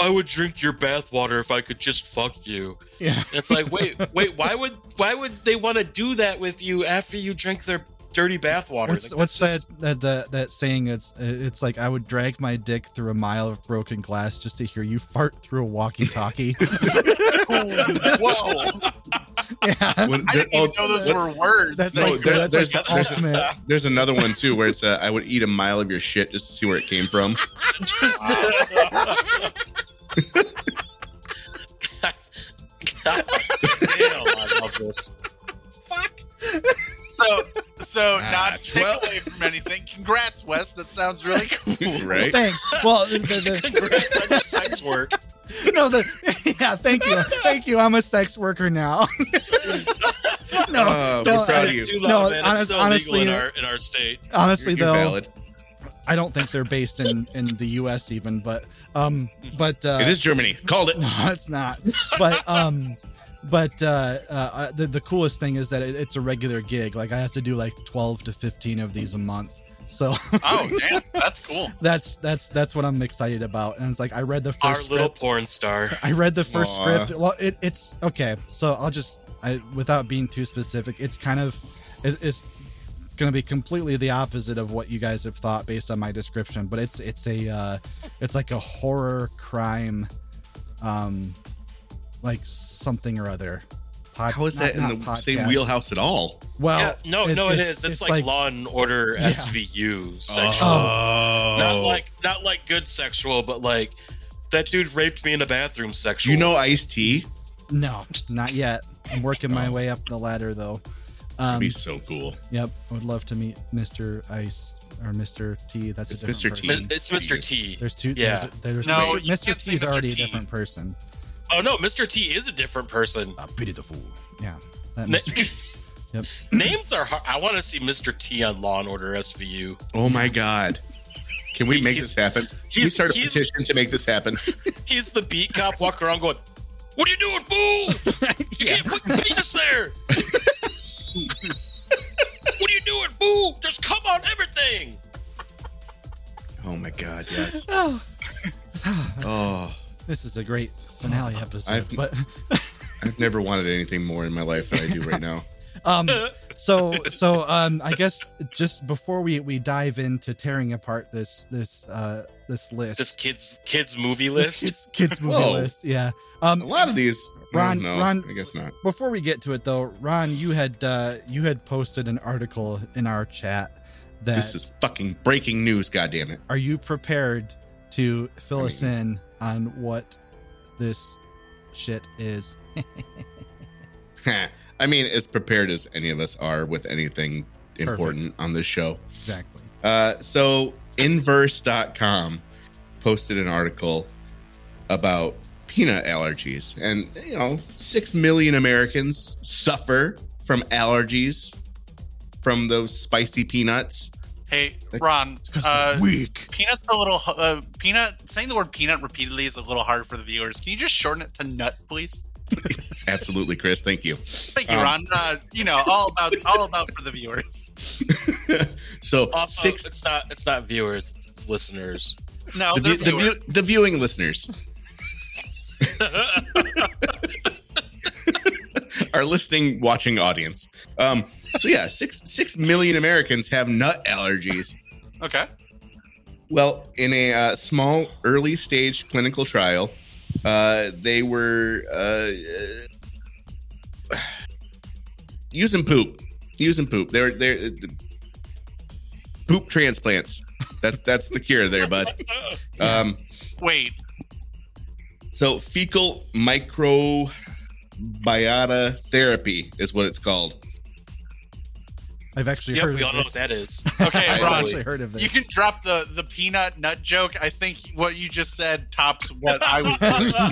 H: I would drink your bathwater if I could just fuck you.
J: yeah,
H: And it's like,
J: *laughs*
H: wait, wait, why would why would they want to do that with you after you drink their dirty bathwater?
J: What's,
H: Like,
J: what's
H: that's just-
J: that, that that that saying? It's it's like I would drag my dick through a mile of broken glass just to hear you fart through
G: *laughs*
J: a walkie-talkie.
K: whoa!
J: yeah,
G: *laughs* When-
K: I
G: there-
K: didn't even
G: oh,
K: know those were words.
J: that's
G: No,
J: like
G: there-
J: that's
G: there's-
J: like the
G: there's-
J: ultimate.
G: *laughs* There's another one too where it's uh, I would eat a mile of your shit just to see where it came from. *laughs*
H: God
K: *laughs*
H: damn, I love this.
K: so, so
G: Ah,
K: not to take
G: well-
K: away from anything. Congrats, Wes. That sounds
J: *laughs*
K: really cool.
G: right?
J: Thanks. Well, the, the,
H: Congrats on your *laughs* sex
J: *laughs*
H: work.
J: the, no, the yeah. Thank you, thank you. I'm a sex worker now. *laughs* no,
G: Oh,
J: don't-
G: we're proud of
H: It's
G: you.
H: too loud,
J: No,
H: man.
J: honest-
H: it's still
J: honestly,
H: legal in our in our state.
J: honestly
G: You're, you're
J: though,
G: valid.
J: I don't think they're based in in the U.S. even, but um, but uh,
G: it is Germany. Called it.
J: *laughs* No, it's not. But um, but uh, uh, I- the the coolest thing is that it, it's a regular gig. Like I have to do like twelve to fifteen of these a month. So *laughs*
K: Oh, damn, that's cool.
J: that's that's that's what I'm excited about. And it's like I read the first
H: Our
J: script.
H: little porn star.
J: I read the first
G: Aw.
J: script. Well, it, it's okay. So I'll just I without being too specific, it's kind of it, it's going to be completely the opposite of what you guys have thought based on my description. But it's it's a uh, it's like a horror crime, um, like something or other. Pod-
G: How is that
J: not-
G: in the
J: not
G: same
J: podcast.
G: wheelhouse at all?
J: Well,
H: yeah, no,
J: Oh, it-
H: no, it is. It's, like, Law and Order
J: Yeah.
H: SVU sexual.
J: Um,
B: Oh.
H: Not like not like good sexual, but like that dude raped me in a bathroom
G: Do
H: sexual.
G: you know Ice T?
J: no, not yet. I'm working
G: Oh.
J: my way up the ladder though.
G: That'd
J: Um,
G: be so cool.
J: yep, I would love to meet Mr. Ice or Mr. T. That's a
G: It's
J: different
G: Mr. T.
J: person.
H: Mi- it's Mr. T.
J: There's two.
H: Yeah.
J: There's, there's,
K: No,
J: Mr.
K: you can't
J: T
K: say
J: is
K: Mr.
J: already a
K: T.
J: different person.
H: Oh no, Mr. T is a different person.
J: A beautiful. Yeah. That
H: Na-
J: Mr.
G: *laughs*
J: T. Yep.
H: Names are hard. I want to see Mr. T on Law and Order SVU.
G: Oh my god. Can we make
H: He's-
G: this happen? Can we
H: he's-
G: start a
H: he's-
G: petition to make this happen?
H: He's the beat cop walking around going, "What are you doing,
J: *laughs*
H: fool? You can't put your penis there." What are you doing, fool? Just come on everything.
G: Oh my god, yes.
J: *laughs* Oh,
G: *sighs* Oh,
J: this is a great finale episode.
G: I've-
J: but
G: I've never wanted anything more in my life than I do right now. *laughs*
J: um, so so um, I guess just before we we dive into tearing apart this this uh this list,
H: this kids kids movie
J: *laughs*
H: list.
J: This kids, kids movie
G: Whoa.
J: list, yeah.
G: A
J: Um,
G: lot of these
J: Ron-
G: no,
J: Ron-
G: I guess not.
J: before we get to it though, Ron, you had uh you had posted an article in our chat that
G: This is fucking breaking news, goddammit. *laughs*
J: are you prepared to fill
G: I
J: us in on what this shit is?
G: I mean, as prepared as any of us are with anything important on this show.
J: Exactly.
G: Uh, so inverse.com posted an article about peanut allergies and you know 6 million americans suffer from allergies from those spicy peanuts
K: Hey, Ron. Uh,
J: weak.
K: Peanut's a little uh, peanut. Saying the word peanut repeatedly is a little hard for the viewers. Can you just shorten it to nut, please?
G: absolutely chris thank you
K: Thank you,
G: Um,
K: Ron. Uh, you know, all about all about for the viewers.
G: so
H: Also,
G: six
H: Uh, it's not it's not viewers, it's, it's listeners.
K: No,
G: the,
K: they're
G: view- the,
K: viewers.
G: view- the viewing listeners our listening watching audience um so yeah six six million americans have nut allergies
K: okay.
G: Well, in a uh, small early stage clinical trial, uh, they were uh, uh, using poop, using poop. They're they're uh, poop
K: *laughs*
H: Oh.
G: transplants. That's that's the cure there, bud. Um,
K: Wait.
G: So fecal microbiota therapy is what it's called.
J: I've actually
H: Yep,
J: heard
H: we
J: of
H: all know what
J: this.
H: that is.
K: Okay,
J: I've
K: Ron,
J: actually heard of this.
K: you can drop the the peanut nut joke. I think what you just said tops what
H: *laughs*
K: I was thinking. So,
G: *laughs*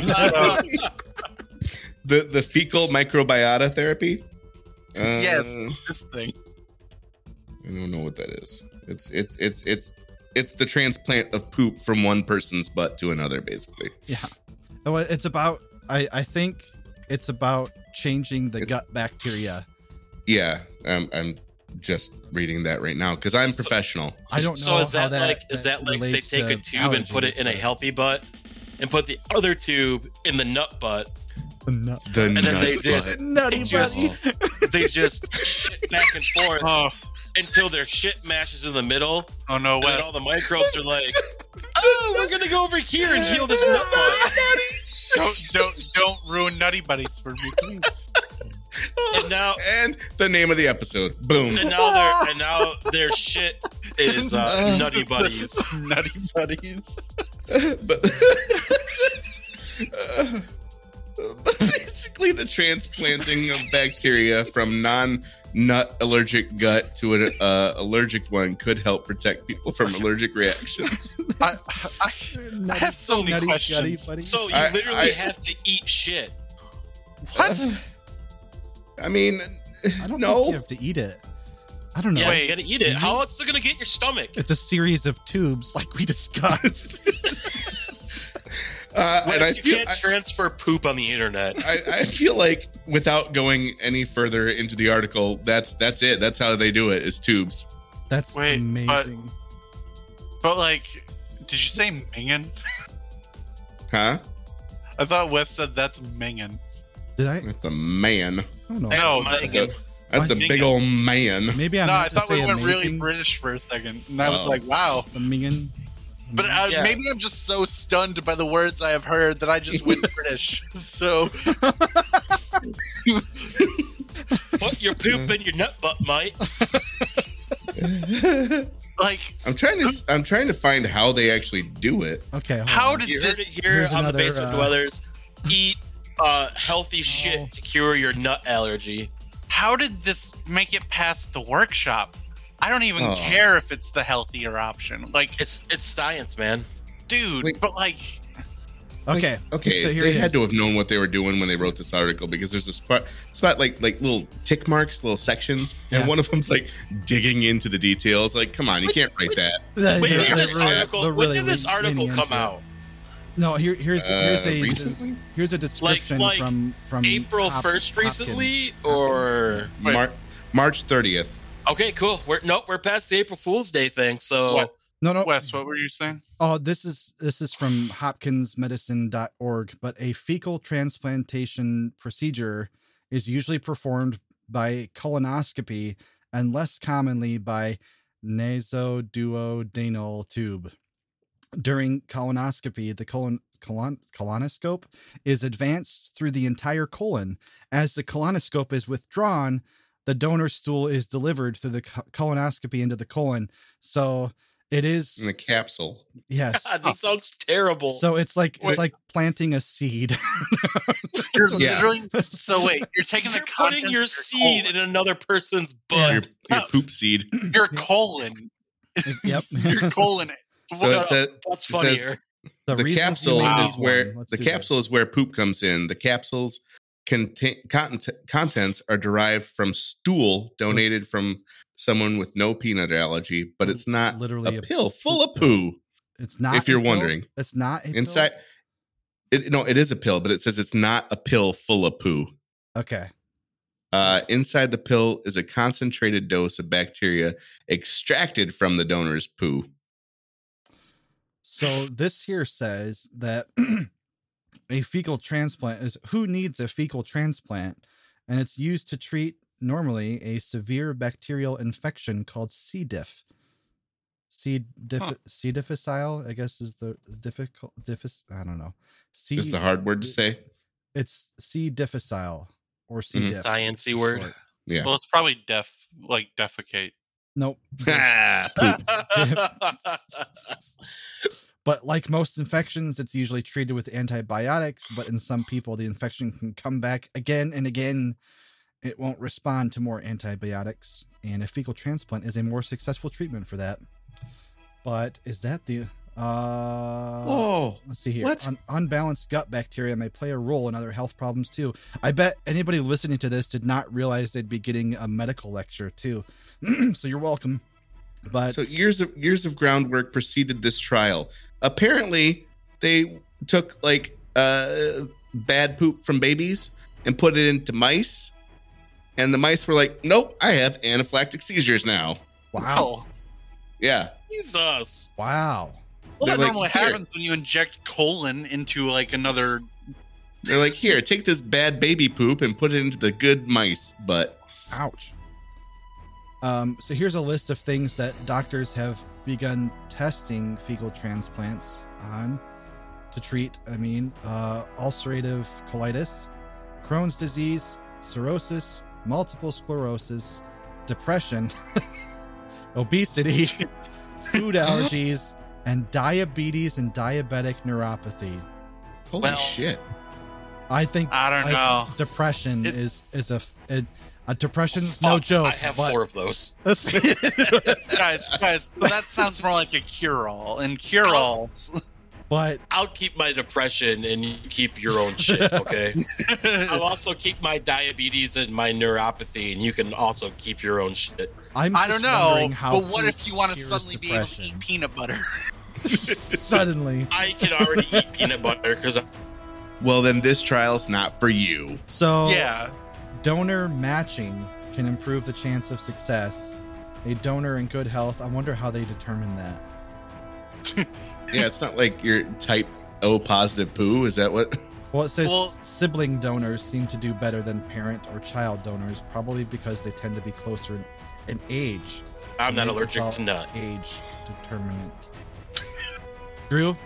G: The the fecal microbiota therapy. Uh,
K: yes, this thing.
G: I don't know what that is. It's it's it's it's it's the transplant of poop from one person's butt to another, basically.
J: Oh, it's about I I think it's about changing the gut bacteria.
G: Yeah, um, I'm just reading that right now because I'm professional.
J: I don't know.
H: So is
J: how
H: that, like is that like they
J: relates
H: take
J: to
H: a tube and put it
J: allergies,
H: in a
J: but-
H: healthy butt and put the other tube in the nut butt
J: No.
G: The
H: and then they
G: nut
H: just
J: Nutty
H: they
J: buddy.
H: just, they just shit back and forth
K: Oh,
H: until their shit mashes in the middle
K: oh no,
H: and then all
K: Wes.
H: the microbes are like oh we're gonna go over here and heal this nut butt
K: Don't don't don't ruin Nutty Buddies for me, please.
H: and now
G: butt. and the name of the episode.
H: *laughs*
G: Boom.
H: and now their and now their shit is uh, nutty buddies
K: Nutty Buddies.
G: but *laughs* Uh, basically the transplanting of bacteria from non-nut allergic gut to an uh, allergic one could help protect people *laughs* from allergic reactions.
K: I, I, I have so many
J: Nutty gutty
K: questions.
J: buddy.
H: so you
G: I-
H: literally
G: I-
H: have to eat shit
K: What?
G: I mean,
J: I don't
G: no.
J: think you have to eat it. I don't know.
H: yeah
K: Wait,
H: you gotta eat it how else is it gonna get your stomach
J: It's a series of tubes, like we discussed.
G: Uh, and I
H: Wes, you
G: feel-
H: can't
G: I-
H: transfer poop on the internet
G: I, I feel like without going any further into the article, that's that's it. That's how they do it. Is tubes.
J: That's
K: Wait, but-
J: amazing.
K: But like, did you say mingin?
G: Huh?
K: I thought Wes said that's mingin.
J: Did I? I
G: That's a man.
J: don't know.
K: No,
H: That's
K: that-
H: mine.
G: That's a
K: Mingin.
G: big old man.
J: Maybe I
K: no,
J: meant
K: I
J: to
K: thought we
J: say
K: went really
J: amazing,
K: British for a second, and I was
G: Oh.
K: like, wow.
J: Amazing.
K: But uh,
H: Yeah.
K: maybe I'm just so stunned by the words I have heard that I just
H: *laughs*
K: went British. So
H: Put your poop in your nut butt,
J: *laughs*
H: mate.
K: like,
G: I'm trying to s- I'm trying to find how they actually do it.
J: Okay. hold
K: how
J: on.
K: did
H: Oh. You heard
K: this?
H: it here
J: Here's
H: on the
J: another,
H: Basement
J: uh,
H: Dwellers. Eat uh, healthy
J: Oh.
H: shit to cure your nut allergy.
K: How did this make it past the workshop? I don't even
G: Oh.
K: care if it's the healthier option. Like,
H: It's it's science, man.
K: dude,
G: Wait.
K: but like,
J: Okay.
G: Okay,
J: So here
G: they
J: it
G: had
J: is.
G: to have known what they were doing when they wrote this article because there's a spot spot like like little tick marks, little sections,
J: Yeah.
G: and one of them's like digging into the details. Like, come on, you can't write that.
J: *laughs* They're-
H: Wait, when
J: they're
H: did this
J: really-
H: article?
J: they're
H: when
J: really
H: did this
J: lean-
H: article
J: leaning
H: come
J: into it.
H: out?
J: No, here, here's here's
G: Uh,
J: a
G: recently?
J: here's a description
H: like,
J: from from
H: April
J: Hops-
H: first,
J: Hopkins.
H: recently,
J: Hopkins.
H: or
K: Wait.
G: Mar- March 30th.
H: okay, cool. We're nope, we're past the April Fool's Day thing. So
K: What?
J: no no
K: Wes, what were you saying?
J: Oh, this is this is from hopkinsmedicine.org, but a fecal transplantation procedure is usually performed by colonoscopy and less commonly by nasoduodenal tube. During colonoscopy, the colon, colon colonoscope is advanced through the entire colon. As the colonoscope is withdrawn, the donor stool is delivered through the co- colonoscopy into the colon. So it is
G: In a capsule.
J: Yes.
H: *laughs* God, this sounds terrible.
J: So it's like it's
G: Wait.
J: like planting a seed. *laughs*
K: You're
G: Yeah.
K: literally. So wait, you're taking
H: you're
K: the
H: putting
K: content
H: your
K: of
H: seed in another person's butt.
G: Your poop seed.
K: colon-
J: *laughs*
K: your colon,
J: yep.
K: *laughs* your colon.
J: *laughs*
G: So
K: What-
G: it says,
H: That's
G: It says-
H: funnier.
G: the,
J: reasons you
G: capsule
J: may
G: is
J: need
G: where
J: one. Let's
G: the
J: do this.
G: capsule is where poop comes in. The capsule's contain, content, contents are derived from stool donated from someone with no peanut allergy, but it's not
J: literally
G: a
J: a
G: pill full of
J: poop pill.
G: poo.
J: It's not.
G: if you're
J: a pill.
G: wondering.
J: it's not a pill?
G: Inside, it, no, it is a pill, but it says it's not a pill full of poo.
J: Okay.
G: Uh, inside the pill is a concentrated dose of bacteria extracted from the donor's poo.
J: So this here says that *clears throat* a fecal transplant is who needs a fecal transplant, and it's used to treat normally a severe bacterial infection called C. diff. C. diff.
K: Huh.
J: C. difficile, I guess, is the difficult. Diffis. I don't know. C.
G: Is the hard word to say?
J: It's C. difficile or C.
G: Mhm.
J: diff.
H: Sciency
J: for
H: word.
J: *laughs* short.
G: Yeah.
K: Well, it's probably def, like
G: *laughs*
K: defecate.
J: Nope.
H: *laughs*
G: Ah, poop.
J: Diff. *laughs* But like most infections, it's usually treated with antibiotics. But in some people, the infection can come back again and again. It won't respond to more antibiotics, and a fecal transplant is a more successful treatment for that. But is that the uh,
G: Whoa,
J: Let's see here.
G: what?
J: Un- unbalanced gut bacteria may play a role in other health problems too. I bet anybody listening to this did not realize they'd be getting a medical lecture too. *clears throat* so you're welcome. But
G: So years of years of groundwork preceded this trial. Apparently, they took like uh, bad poop from babies and put it into mice, and the mice were like, "Nope, I have anaphylactic seizures now."
K: *laughs*
J: wow,
G: Yeah,
H: Jesus.
J: wow.
K: Well,
G: They're
K: that
G: like,
K: normally
G: "Here."
K: happens when you inject colon into like another.
G: they're like, "Here, take this bad baby poop and put it into the good mice." But
J: Ouch. Um, so here's a list of things that doctors have begun testing fecal transplants on to treat. I mean, uh, ulcerative colitis, Crohn's disease, cirrhosis, multiple sclerosis, depression, *laughs* obesity, *laughs*
K: *laughs*
J: food allergies, and diabetes and diabetic neuropathy.
G: holy
H: Well-
G: shit,
J: I think
K: I
J: I-
K: don't know.
J: *laughs* depression
K: It-
J: is is a f- it, a depression's no
H: Fuck,
J: joke.
H: I have
J: but-
H: four of those.
K: *laughs* guys, guys, but that sounds more like a cure-all. And cure-alls, *laughs*
J: but
H: I'll keep my depression and you keep your own
J: *laughs*
H: shit, okay? I'll
K: I
H: also keep my diabetes and my neuropathy, and you can also keep your own shit.
J: I'm
K: don't
J: just
K: know.
J: wondering how
K: But what if you want to
J: cures
K: suddenly be able to eat
J: *laughs* depression.
K: peanut butter? *laughs*
J: suddenly?
H: I can already
G: *laughs*
H: eat peanut butter because
G: well then this trial's not for you.
J: So
K: Yeah.
J: donor matching can improve the chance of success. A donor in good health. I wonder how they determine that.
G: Yeah, it's not like your type O positive poo. Is that what?
J: Well, it says
K: Well-
J: sibling donors seem to do better than parent or child donors, probably because they tend to be closer in, in age.
H: I'm not
J: Maybe
H: allergic
J: it's
H: to nut.
J: Age determinant. *laughs* Drew,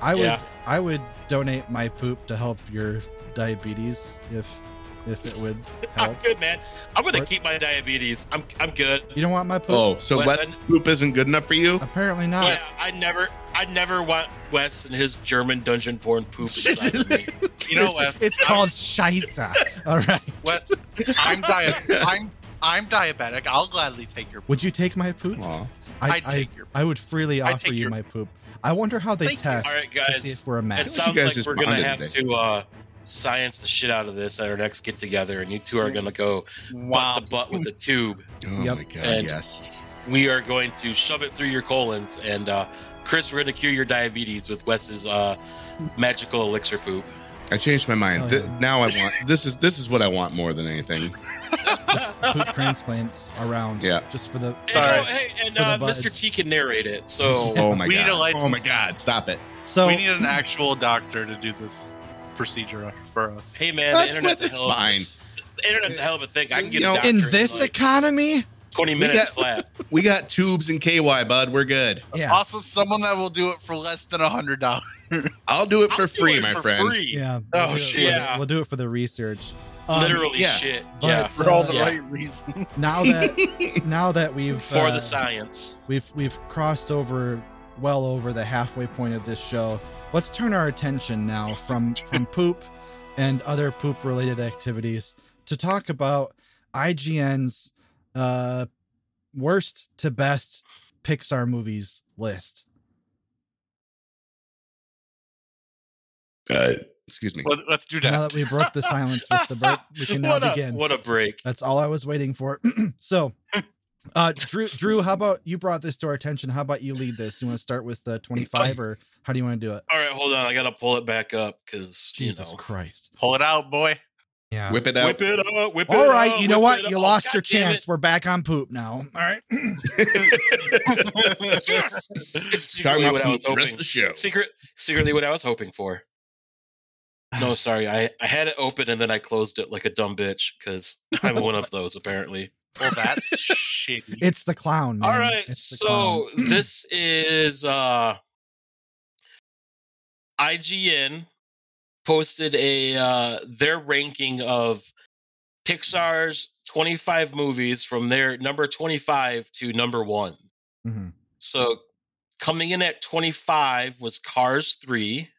J: I would
H: Yeah.
J: I would donate my poop to help your diabetes if if it would
H: I'm
J: help.
H: good, man. I'm gonna
J: What?
H: keep my diabetes. I'm I'm good.
J: You don't want my poop?
G: Oh, so
H: Wes,
G: wet
H: I-
G: poop isn't good enough for you?
J: Apparently not.
H: Yeah, I never I never want Wes and his German dungeon born
G: *laughs*
H: poop. inside of me.
K: You know,
J: it's,
K: Wes.
J: it's
K: I'm-
J: called Scheisse. All right.
K: Wes,
J: *laughs*
K: I'm dia- I'm I'm diabetic. I'll gladly take your.
J: Would you take my poop?
G: Aw. oh
J: I,
K: I'd
J: I,
K: take your.
J: I would freely
K: I'd
J: offer
K: take
J: you
K: your-
J: my poop. I wonder how they
K: Thank you.
J: test
H: All right,
J: to
H: guys.
J: see if we're a
H: It
J: match.
G: you
H: sounds
G: guys
H: like
G: just
H: we're gonna
G: bonded
H: have
G: today.
H: to uh, science the shit out of this at our next get together, and you two are gonna go
K: Wow.
H: butt to butt with a tube.
G: Oh
J: Yep.
G: my god,
H: And-
G: yes.
H: We are going to shove it through your colons, and uh, Chris, we're gonna cure your diabetes with Wes's uh, magical elixir poop.
G: I changed my mind.
J: Oh,
G: Th-
J: yeah.
G: now I want this is this is what I want more than anything.
J: Just poop transplants around.
G: Yeah.
J: Just for the.
H: And,
K: Sorry.
H: oh, hey, and
J: For the
H: uh,
J: buds.
H: Mr. T can narrate it, so
G: Oh my
K: We
G: god.
K: need a
G: Oh my
K: license.
G: god, stop it.
J: So
K: we need an actual doctor to do this procedure for us.
H: hey man, the
G: That's
H: internet's
G: what
H: a
G: it's
H: hell. Of,
G: fine.
H: the internet's a hell of a thing. I can get
G: You know,
H: a doctor
J: in this
H: like
J: economy,
H: twenty
G: We
H: minutes
G: got-
H: flat.
G: We got tubes and KY, bud. We're good.
J: yeah,
K: Also, someone that will do it for less than a hundred dollars.
G: I'll do it for
H: I'll do
G: free,
H: it
G: my
H: for
G: friend.
H: free.
J: yeah.
K: Oh,
J: we'll do it-
K: shit.
J: we'll do-
H: Yeah.
J: We'll do it for the research. Um,
H: Literally
G: yeah.
H: shit.
J: But,
H: yeah.
K: For all the
J: uh,
K: right reasons.
J: Now that now that we've
H: For
J: uh,
H: the science.
J: we've we've crossed over well over the halfway point of this show. Let's turn our attention now from from poop and other poop related activities to talk about IGN's uh, worst to best Pixar movies list.
G: Uh, excuse me.
K: Let- Let's do
J: Now that we broke the silence with the burp,
H: *laughs*
J: we can now
H: what a,
J: begin.
H: What a break.
J: That's all I was waiting for. *clears throat* so, uh, Drew, Drew, how about you brought this to our attention? How about you lead this? You want to start with uh, 25 or how do you want to do it?
H: All right, hold on. I gotta pull it back up because you
J: Jesus
H: know.
J: Christ.
K: Pull it out, boy.
J: Yeah.
G: Whip it out. *laughs*
H: Whip it up. Whip it
J: All right,
H: up,
J: you know
H: whip
J: what?
H: it Oh,
J: You
H: up.
J: lost
H: God
J: your
H: damn
J: chance. We're back on poop now. All right.
H: *laughs* it. It's secretly what I was hoping.
G: the show.
H: Secret, secretly what I was hoping for. No, sorry. I, I had it open and then I closed it like a dumb bitch because I'm one of those apparently.
K: Well, that's shitty.
J: It's the clown. Man.
H: All right.
J: It's the
H: So
J: clown. *clears throat*
H: this is uh IGN posted a uh their ranking of Pixar's 25 movies from their number 25 to number 1.
J: Mhm.
H: So Coming in at 25 was Cars 3.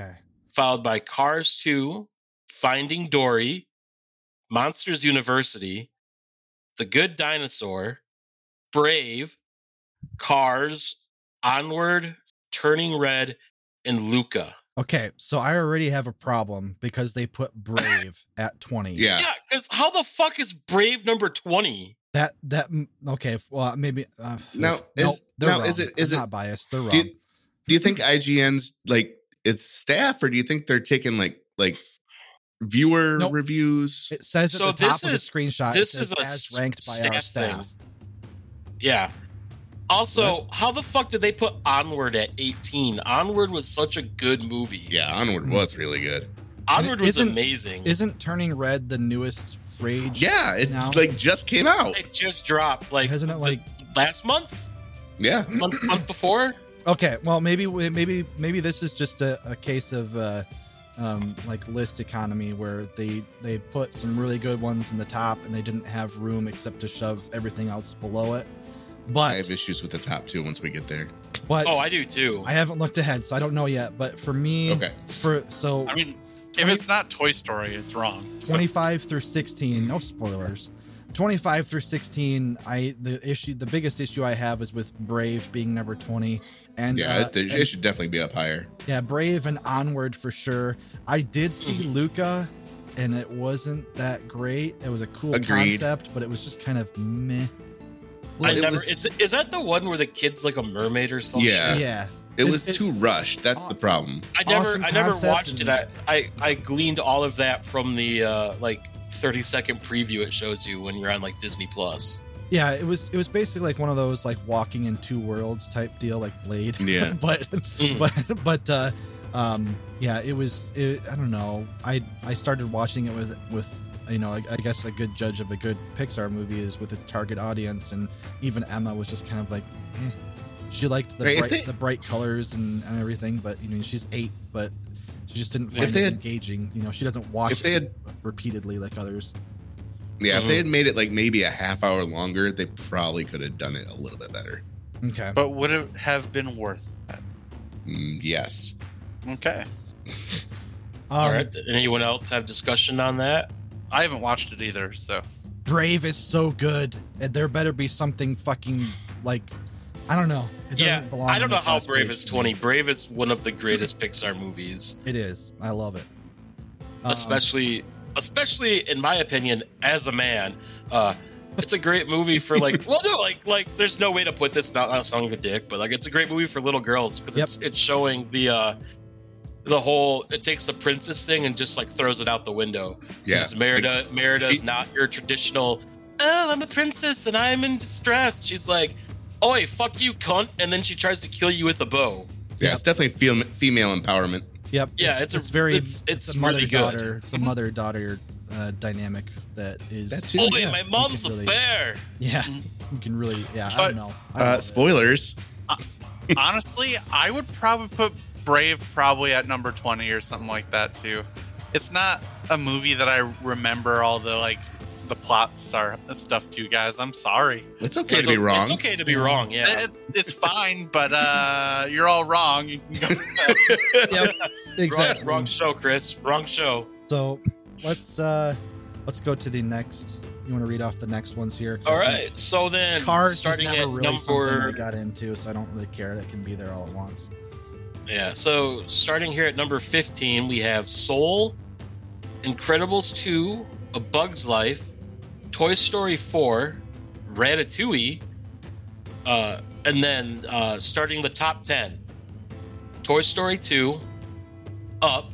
J: Okay.
H: Followed by Cars 2, Finding Dory, Monsters University, The Good Dinosaur, Brave, Cars, Onward, Turning Red, and Luca.
J: Okay, so I already have a problem because they
H: *laughs*
J: put Brave at 20.
G: Yeah.
H: Yeah, because how the fuck is Brave number 20?
J: That that mm, okay, well maybe uh,
G: Now,
J: nope,
G: is-
J: they're
G: now, is
J: wrong.
G: it- is
J: I'm
G: it-
J: not biased, they're
G: Do you,
J: wrong.
G: do you think IGN's like its staff, or do you think they're taking like like viewer
J: Nope.
G: reviews?
J: It says
H: So
J: at the top
H: this
J: of the
H: is-
J: screenshot it
H: this
J: says
H: is a
J: as ranked by our
H: staff thing.
J: staff.
H: Yeah. Also, how the fuck did they put Onward at 18? Onward was such a good movie.
G: Yeah,
J: Mm.
G: Onward was really good.
H: Onward was
J: Isn't-
H: amazing.
J: Isn't Turning Red the newest rage?
G: Yeah, it
J: now?
G: like just came out.
H: it just dropped like
J: Hasn't it like
H: last month,
G: Yeah,
H: month,
J: *coughs*
H: month before.
J: Okay, well, maybe we- maybe maybe this is just a, a case of uh, um, like list economy where they they put some really good ones in the top and they didn't have room except to shove everything else below it.
G: I
J: But
G: have issues with the top two once we get there.
J: but
H: oh, I do too.
J: I haven't looked ahead, so I don't know yet. But for me,
G: Okay,
J: for so
K: I mean, if it's not Toy Story, it's wrong. So-
J: 25 through 16 no spoilers 25 through 16 i the issue the biggest issue i have is with brave being number 20 and
G: yeah,
J: uh,
G: it, it
J: and-
G: should definitely be up higher.
J: yeah brave and onward for sure i did see
G: *laughs*
J: luca and it wasn't that great it was a cool
G: Agreed.
J: concept but it was just kind of meh
G: Well,
H: I
G: it
H: never
G: was-
H: is is that the one where the kid's like a mermaid or something?
G: Yeah.
J: yeah
G: It
J: It's-
G: was
J: it's-
G: too rushed. That's the problem.
H: I never
J: Awesome
H: I never
J: concept
H: watched it.
J: and-
H: I, I I gleaned all of that from the uh like 30 second preview it shows you when you're on like Disney Plus.
J: yeah it was it was basically like one of those like walking in two worlds type deal like blade
G: Yeah.
J: *laughs*
G: Mm.
J: but but but uh um yeah it was it, i don't know i i started watching it with with you know I, I guess a good judge of a good pixar movie is with its target audience and even emma was just kind of like eh. she liked the
G: Right, if
J: bright,
G: they-
J: the bright colors and, and everything but you know she's eight but she just didn't
G: If
J: find
G: they
J: it
G: had-
J: engaging you know she doesn't watch
G: If they
J: it
G: had,
J: repeatedly like others
G: yeah, if
H: Mhm.
G: they had made it like maybe a half hour longer, they probably could have done it a little bit better.
J: okay
K: but would it have been worth that?
G: Mm, yes.
K: Okay.
H: all
J: um,
H: right. Did anyone else have discussion on that?
K: I haven't watched it either, so.
J: Brave is so good, and there better be something fucking like I don't know. It doesn't
H: Yeah.
J: belong
H: I
J: on
H: don't know
J: this
H: how
J: last
H: Brave
J: page
H: is
J: to
H: 20.
J: me.
H: Brave is one of the greatest Pixar movies,
J: It is. I love it. Um,
H: especially especially in my opinion as a man. Uh it's a great movie for
J: *laughs*
H: like well no like like there's no way to put this not not sounding like a dick but like it's a great movie for little girls because it's it's showing the uh the whole it takes the princess thing and just like throws it out the window
G: Yeah.
H: Because Merida, Merida's
G: she-
H: not your traditional, oh, I'm a princess and I'm in distress. She's like, oi, fuck you, cunt. And then she tries to kill you with a bow.
G: Yeah, it's definitely fem- female empowerment.
J: Yep.
H: Yeah, it's a-
J: very
H: it's- it's
J: a
H: really good. Mm-hmm.
J: mother-daughter- It's a mother daughter uh, dynamic that is
G: That too.
H: Oi,
G: yeah,
H: my
J: you
H: mom's
J: could really-
H: a Mm. bear.
J: yeah. You can really yeah. I
K: But-
J: don't know. I love
G: Uh,
J: it.
G: spoilers.
K: Honestly, I would probably put Brave probably at number 20 or something like that, too. It's not a movie that I remember all the, like, the plot star uh, stuff to, guys. I'm sorry.
G: It's okay
H: It's
G: to be
H: o-
G: wrong.
H: It's okay to be wrong, yeah.
K: It's, it's fine, *laughs* but uh, you're all wrong. You can go-
H: *laughs*
J: Yep, exactly.
H: Wrong, wrong show, Chris. Wrong show.
J: So let's uh let's go to the next. You want to read off the next ones here? 'Cause
H: All
J: I think
H: right. So then,
J: Cars
H: starting
J: starting was
H: at
J: never really something I
H: number.
J: got into, so I don't really care. That can be there all at once.
H: Yeah. So starting here at number 15, we have Soul, Incredibles 2, A Bug's Life, Toy Story 4, Ratatouille, uh, and then uh, starting the top 10 Toy Story 2, Up,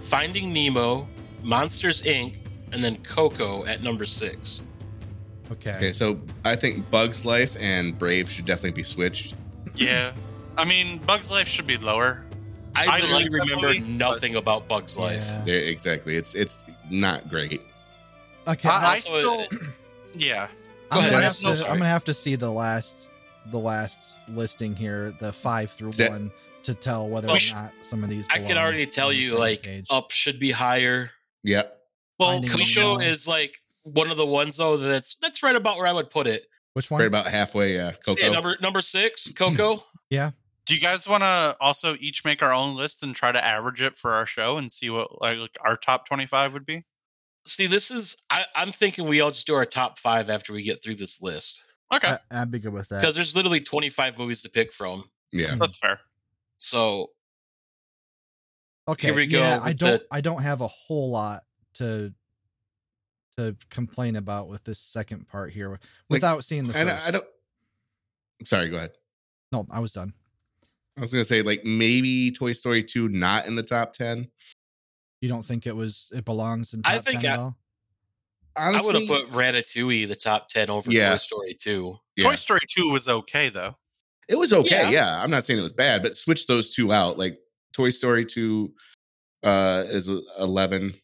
H: Finding Nemo, Monsters Inc., and then Coco at number six.
J: Okay.
G: Okay, so I think Bug's Life and Brave should definitely be switched.
K: yeah. I mean, Bug's Life should be lower. I
H: I literally
K: like that
H: remember
K: movie, but-
H: nothing about Bug's Life.
J: Yeah.
G: There, exactly. It's it's not great.
J: Okay.
K: I, I
H: Also,
K: still. Yeah.
J: I'm,
H: ahead.
J: gonna
K: I'm
J: have
K: so
J: to,
K: sorry.
J: I'm gonna have to see the last the last listing here, the five through
G: That-
J: one, to tell whether
H: Well,
J: or not some of these.
H: Oh, I can
J: belong
H: already tell
J: on the
H: you,
J: same
H: like,
J: page.
H: Up should be higher.
G: Yep.
K: Well,
J: Finding
K: could-
H: Coco
J: Nemo.
H: is like one of the ones though that's that's right about where I would put it.
J: which
G: Right
J: one?
G: about halfway, uh, Coco.
H: *clears throat* Yeah, number number six, Coco.
J: Yeah.
K: Do you guys want to also each make our own list and try to average it for our show and see what like our top twenty five would be?
H: See, this is I, I'm thinking we all just do our top five after we get through this list
K: Okay,
J: I, would be good with that.
H: because there's literally 25 movies to pick from.
G: Yeah.
K: that's fair.
H: So
J: okay,
H: here we go
J: Yeah, I
H: with
J: don't.
H: the-
J: I don't have a whole lot to to complain about with this second part here without seeing the
G: And
J: first.
G: I, I don't. Sorry, go ahead.
J: No, I was done.
G: I was gonna say like maybe Toy Story two not in the top ten.
J: You don't think it was? It belongs in. Top
H: I think
J: 10 at
H: I-
J: all? Oh,
H: I would have put Ratatouille the top 10 over
G: Yeah.
H: Toy Story 2.
G: Yeah.
K: Toy Story two was okay though.
G: It was okay.
H: Yeah.
G: Yeah. I'm not saying it was bad, but switch those two out. Like Toy Story 2 uh is 11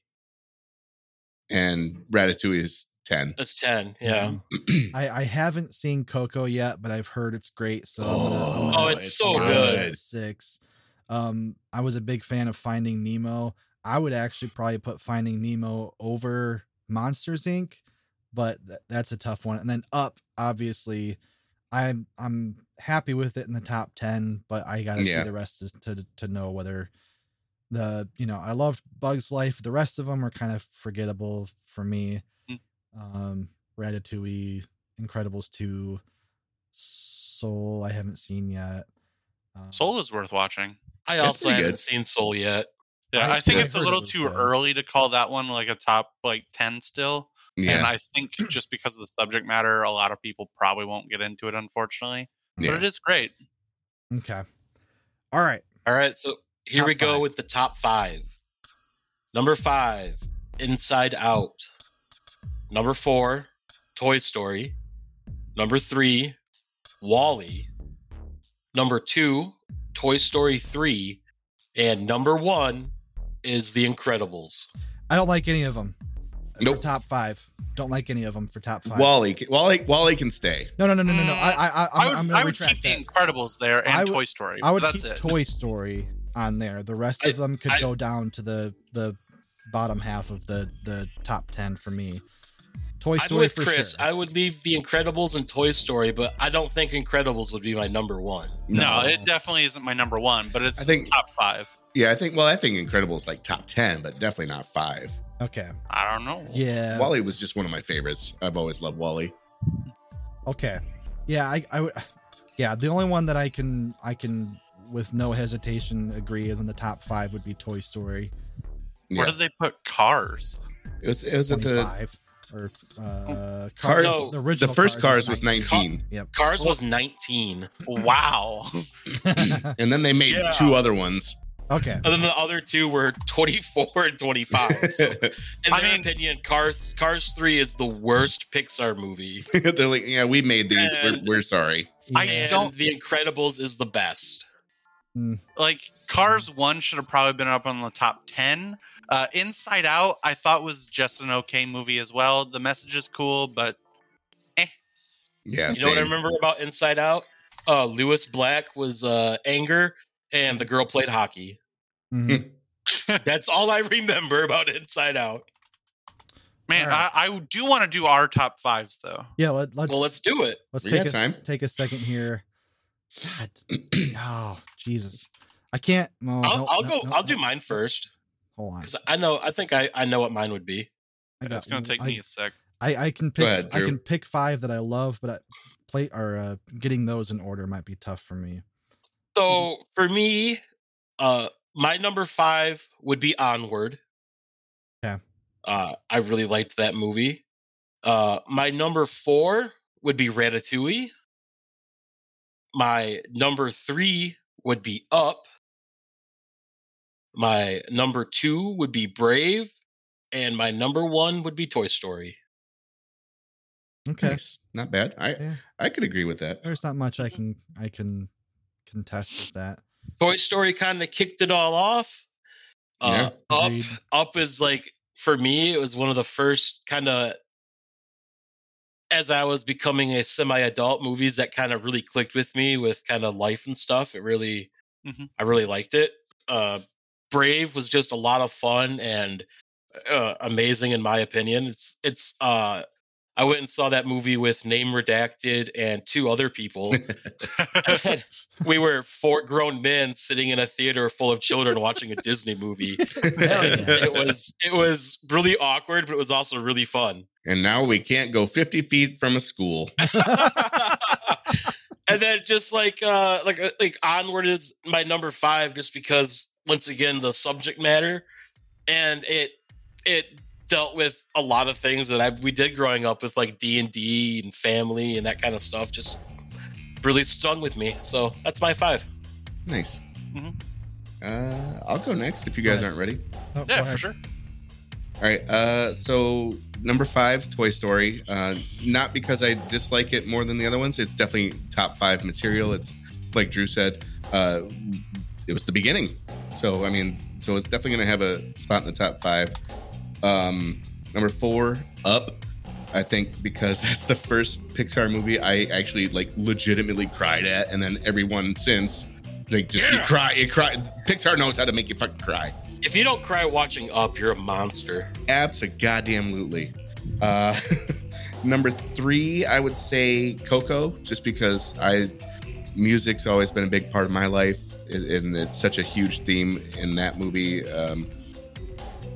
G: and Ratatouille is 10.
H: That's 10. Yeah.
J: Mhm. I, I haven't seen Coco yet, but I've heard it's great. So I'm gonna- I'm
G: Oh,
J: gonna
H: oh, it's
J: put
H: so
J: Coco at
H: good.
J: Six. Um, I was a big fan of Finding Nemo. I would actually probably put Finding Nemo over Monsters Inc., but th- that's a tough one. And then Up, obviously, I'm I'm happy with it in the top ten, but I gotta see
G: Yeah.
J: the rest to, to to know whether the you know I loved Bugs Life. The rest of them are kind of forgettable for me.
K: Mm.
J: Um, Ratatouille, Incredibles two, Soul I haven't seen yet. Um,
K: Soul is worth watching.
H: I
G: That's
H: also
G: pretty
H: haven't
G: good.
H: seen Soul yet.
K: Yeah,
J: I-
K: I, think
J: I
K: it's a
J: heard it
K: little
J: was
K: too
J: good.
K: early to call that one like a top like ten still. And
G: Yeah.
K: I
J: *clears throat*
K: think just because of the subject matter, a lot of people probably won't get into it, unfortunately.
G: Yeah.
K: But it is great.
J: Okay. All right.
H: All right. So here
J: Top
H: we go
J: five.
H: with the top five. Number five, Inside Out. Number four, Toy Story. Number three, Wally. Number two, Toy Story 3. And number one is The Incredibles.
J: I don't like any of them.
G: Nope.
J: top five. Don't like any of them for top five.
G: Wally can- Wally Wally can stay.
J: no, no, no, no, no, no. I, I, I,
K: i
J: I'm,
K: would,
J: am
K: I
J: gonna
K: would keep
J: retract that.
K: The Incredibles there and
J: I would-
K: Toy Story.
J: I would
K: but that's
J: keep
K: it.
J: Toy Story on there. The rest
H: I-
J: of them could
H: I-
J: go down to the the bottom half of the the top ten for me. Toy
H: I'm
J: Story
H: with
J: for
H: Chris.
J: sure.
H: I would leave The Incredibles and Toy Story, but I don't think Incredibles would be my number one.
K: no,
J: No.
K: it definitely isn't my number one, but it's
G: I think-
K: top five.
G: Yeah, I think well, I think Incredibles like top ten, but definitely not five.
J: okay.
K: I don't know.
J: Yeah.
G: Wally was just one of my favorites. I've always loved Wally.
J: Okay. Yeah, I, I would. *sighs* Yeah, the only one that I can I can with no hesitation agree in the top five would be Toy Story
G: Yeah.
K: Where did they put cars?
G: It was it was at the
J: twenty-five or uh,
G: Cars-
H: No,
J: the
G: the
J: original
G: first cars was
J: 19.
G: nineteen.
H: Cars was 19.
K: Wow.
G: *clears throat* And then they made
H: Yeah.
G: two
H: *laughs*
G: other ones. *laughs*
J: okay.
H: And then the other two were *laughs* 24 and 25.
K: *laughs*
H: So, in
K: I
H: their
K: mean-
H: opinion, Cars Cars 3 is the worst Pixar movie.
G: *laughs* They're like, yeah, we made these. We're,
H: And-
G: we're sorry.
K: I
J: Yeah.
H: And
K: don't-
H: The Incredibles is the best.
K: like Cars One should have probably been up on the top ten. Uh, Inside Out, I thought was just an okay movie as well. The message is cool, but
G: Yeah.
H: you know what I remember about Inside Out? Uh, Lewis Black was uh, anger, and the girl played
K: *laughs*
H: hockey.
J: Mhm.
H: That's all I remember about Inside Out.
K: man,
J: Alright.
K: I, I do want to do our top fives though.
J: Yeah. Let, let's
H: Well, let's do it.
J: Let's
G: We
J: take
G: got
J: a,
G: time.
J: take a second here.
G: *clears throat*
J: God. oh, Jesus. I can't. No,
H: I'll,
J: Oh, no,
H: I'll
J: no,
H: go.
J: no,
H: I'll
J: no.
H: do mine first
J: Hold on.
H: because I know. I think I, I know what mine would be.
J: I
K: It's gonna
J: one.
K: take
J: I,
K: me a sec.
J: I, I can pick.
G: ahead,
J: I
G: Drew.
J: can pick five that I love, but I, play or uh, getting those in order might be tough for me.
H: So for me, uh, my number five would be Onward.
J: Yeah.
H: Uh, I really liked that movie. Uh, my number four would be Ratatouille. My number three would be Up. My number two would be Brave, and my number one would be Toy Story.
J: Okay.
G: Nice. Not bad. I
J: Yeah.
G: I could agree with that.
J: There's not much I
K: Mm-hmm.
J: can I can contest with that.
H: Toy Story kind of kicked it all off. Uh,
J: Yeah.
H: up,
J: Agreed.
H: up is like for me, it was one of the first kind of as I was becoming a semi-adult movies that kind of really clicked with me with kind of life and stuff. It really,
K: Mhm.
H: I really liked it. Uh, Brave was just a lot of fun and uh, amazing in my opinion. It's it's uh, I went and saw that movie with name redacted and two other people. *laughs* And then we were four grown men sitting in a theater full of children watching a Disney movie.
G: *laughs*
H: *laughs* It was it was really awkward, but it was also really fun.
G: And now we can't go 50 feet from a
H: *laughs*
G: school.
H: and then just like uh like like onward is my number five just because once again the subject matter and it it dealt with a lot of things that I we did growing up with like D and D and family and that kind of stuff just really stung with me. So that's my five.
G: Nice.
H: Mm-hmm.
G: Uh, I'll go next if you guys aren't ready.
J: Oh,
K: yeah,
J: go
K: for
J: ahead.
K: sure.
G: All right. Uh, so number five, Toy Story. Uh, not because I dislike it more than the other ones. It's definitely top five material. It's like Drew said. Uh, it was the beginning. So I mean, so it's definitely going to have a spot in the top five. Um, number four, Up. I think because *laughs* that's the first Pixar movie I actually like legitimately cried at, and then everyone since like just you cry, you cry. Pixar knows how to make you fucking cry.
H: If you don't cry watching Up, you're a
G: *clears throat*
H: monster.
G: Absolutely. Uh, *laughs* number three, I would say Coco, just because I music's always been a big part of my life, and- and it's such a huge theme in that movie. Um,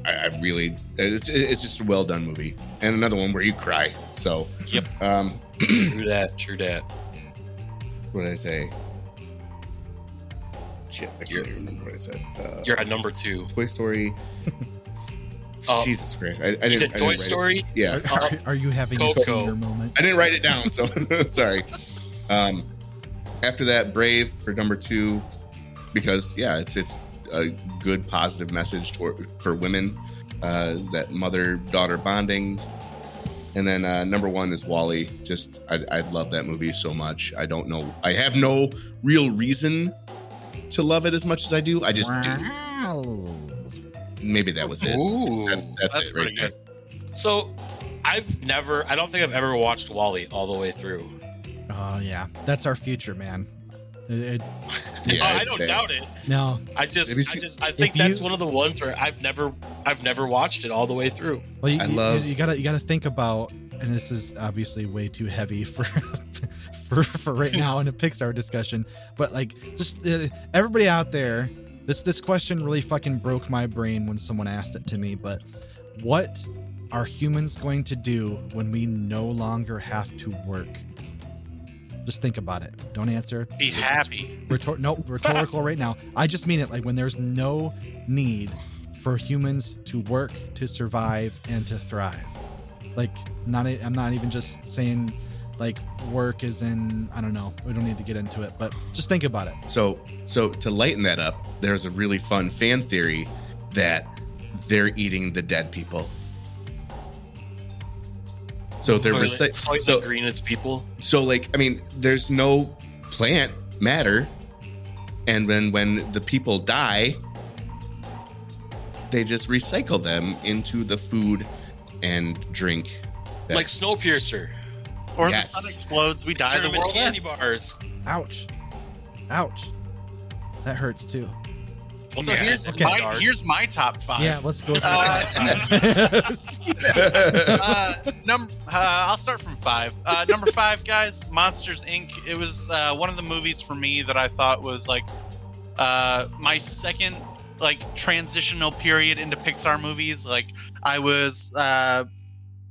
G: I, I really, it's, it's just a well done movie, and another one where you cry. So,
H: Yep.
G: Um,
H: true that. True that.
G: what did I say? Shit, I can't remember what I said. Uh,
H: You're at number two. *laughs*
G: Toy Story.
H: Oh.
G: Jesus Christ! I, I
H: You
G: didn't.
H: said
G: I didn't
H: Toy
G: write it.
H: Story.
G: Yeah.
J: Are,
K: um,
J: are you having a
H: Coco.
J: senior moment?
G: I didn't write it down, so *laughs* sorry. Um, after that, Brave for number two, because yeah, it's it's a good positive message for, for women, uh, that mother daughter bonding, and then uh, number one is Wally. Just I, I love that movie so much. I don't know. I have no real reason to love it as much as I do. I just do. Maybe that was it.
H: Ooh.
G: That's that's,
K: That's
G: it right
K: pretty good.
G: there.
H: So I've never, I don't think I've ever watched Wally all the way through.
J: Oh yeah, that's our future, man. It- it-
G: Yeah,
H: Oh, I
G: it's
H: don't
G: bad.
H: doubt it.
J: no,
H: I just,
G: Have you
H: I
G: seen-
H: just, I think
J: If
H: that's
J: you-
H: one of the ones where I've never, I've never watched it all the way through.
J: well, you,
G: I
J: you-
G: love-
J: you, gotta you gotta think about, and this is obviously way too heavy for *laughs* for for right now in a Pixar discussion, but like just uh, everybody out there, this this question really fucking broke my brain when someone asked it to me. But what are humans going to do when we no longer have to work? Just think about it. Don't answer.
K: Be happy.
J: Rhetor- no, rhetorical right now. I just mean it like when there's no need for humans to work to survive and to thrive. Like not i- I'm not even just saying like work is in I don't know. We don't need to get into it, but just think about it.
G: So, so to lighten that up, there's a really fun fan theory that they're eating the dead people. So they're
H: Or like
G: recy-
H: Soylent
G: so,
H: Green is people.
G: so like I mean, there's no plant matter, and then when the people die, they just recycle them into the food and drink. that- *laughs*
H: Like Snowpiercer.
K: Or
G: Yes.
K: the sun explodes, we die,
H: Turn
K: the
H: them into
K: world
H: candy
K: ends.
H: bars.
J: Ouch. Ouch. That hurts too.
K: So
H: Yeah,
K: here's
J: okay.
K: my here's my top five.
J: Yeah, let's *laughs* go.
K: Uh,
J: *laughs*
G: I
K: *laughs* uh, num- uh, I'll start from five. Uh, number five, guys, Monsters Inc. It was uh, one of the movies for me that I thought was like uh, my second like transitional period into Pixar movies. Like I was uh,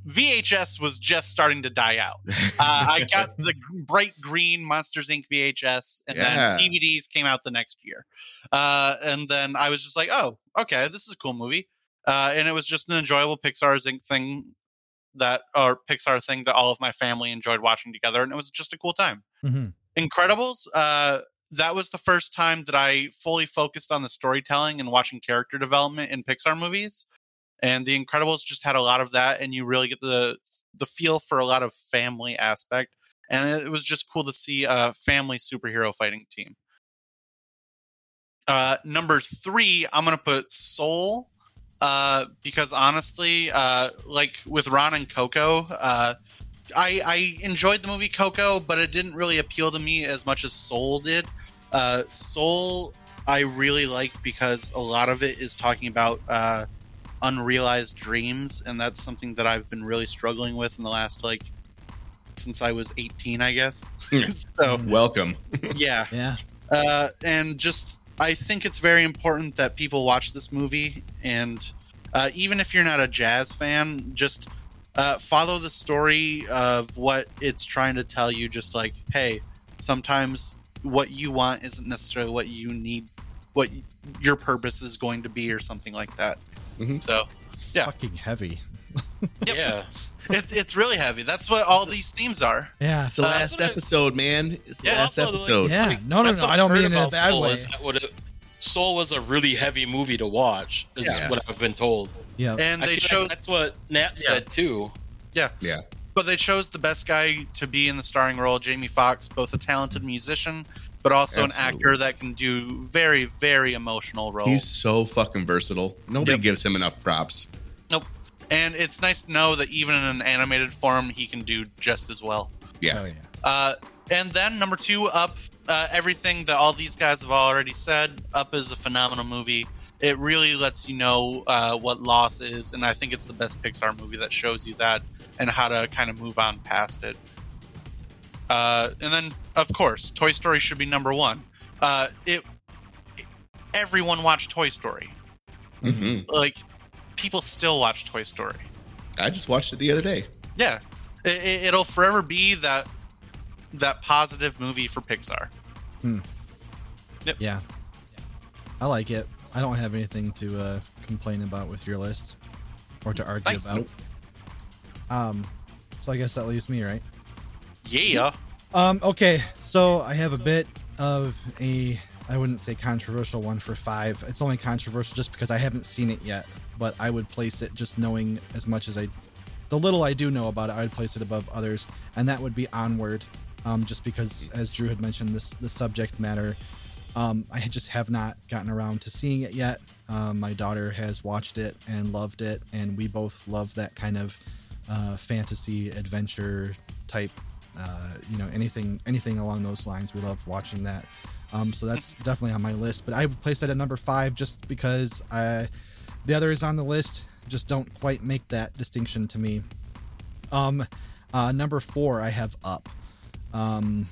K: VHS was just starting to die out. Uh, I got the bright green Monsters Inc. VHS, and
G: Yeah.
K: then DVDs came out the next year. Uh, and then I was just like, oh, okay, this is a cool movie. Uh, and it was just an enjoyable Pixar Inc. thing that or Pixar thing that all of my family enjoyed watching together, and it was just a cool time.
J: Mhm.
K: Incredibles, uh, that was the first time that I fully focused on the storytelling and watching character development in Pixar movies. And The Incredibles just had a lot of that, and you really get the the feel for a lot of family aspect. And it was just cool to see a family superhero fighting team. Uh, number three, I'm gonna put Soul uh, because honestly, uh, like with Ron and Coco, uh, I, I enjoyed the movie Coco, but it didn't really appeal to me as much as Soul did. Uh, Soul, I really like because a lot of it is talking about uh, unrealized dreams, and that's something that I've been really struggling with in the last like since I was 18, I guess. *laughs* so
G: welcome.
K: yeah.
J: Yeah.
K: Uh, and just I think it's very important that people watch this movie, and uh, even if you're not a jazz fan, just uh, follow the story of what it's trying to tell you. Just like, hey, sometimes what you want isn't necessarily what you need, what y- your purpose is going to be, or something like that.
H: Mm-hmm.
K: So Yeah.
J: Fucking heavy. *laughs*
H: Yeah.
K: it's it's really heavy. That's what all these themes are.
J: Yeah.
G: It's the last episode, man. It's the last episode.
J: Yeah. No, no,
H: That's
J: no.
H: what
J: I don't
H: I've heard
J: mean it in Oh, a
H: about
J: bad
H: Soul
J: way.
H: is that what it- Soul was a really heavy movie to watch, is
K: Yeah.
H: what I've been told.
J: Yeah.
K: And
H: I
K: they
H: feel
K: chose
H: like that's what Nat said too.
K: Yeah.
G: Yeah.
K: But they chose the best guy to be in the starring role, Jamie Foxx, both a talented musician, but also an
G: Absolutely.
K: actor that can do very, very emotional roles.
G: He's so fucking versatile. Nobody
K: Oh. Yep.
G: gives him enough props.
K: nope. And it's nice to know that even in an animated form, he can do just as well.
G: Yeah.
J: Oh yeah.
K: Uh, and then number two, Up. Uh, everything that all these guys have already said, Up is a phenomenal movie. It really lets you know uh, what loss is, and I think it's the best Pixar movie that shows you that and how to kind of move on past it. Uh, and then, of course, Toy Story should be number one. Uh, it, it- everyone watched Toy Story.
G: hmm
K: Like people still watch Toy Story.
G: I just watched it the other day.
K: Yeah, it, it, it'll forever be that that positive movie for Pixar.
J: Yeah. I like it. I don't have anything to uh, complain about with your list or to argue
K: Thanks.
J: about. Um, so I guess that leaves me, right?
K: Yeah.
J: Um, okay, so I have a bit of a I wouldn't say controversial one for five. It's only controversial just because I haven't seen it yet, but I would place it just knowing as much as I the little I do know about it, I would place it above others, and that would be onward. Um, just because as Drew had mentioned this the subject matter um, I just have not gotten around to seeing it yet. Um, my daughter has watched it and loved it, and we both love that kind of uh, fantasy adventure type. Uh, you know, anything anything along those lines, we love watching that. Um, so that's definitely on my list. But I would place that at number five just because I, the others on the list just don't quite make that distinction to me. Um, uh, number four, I have up. Um,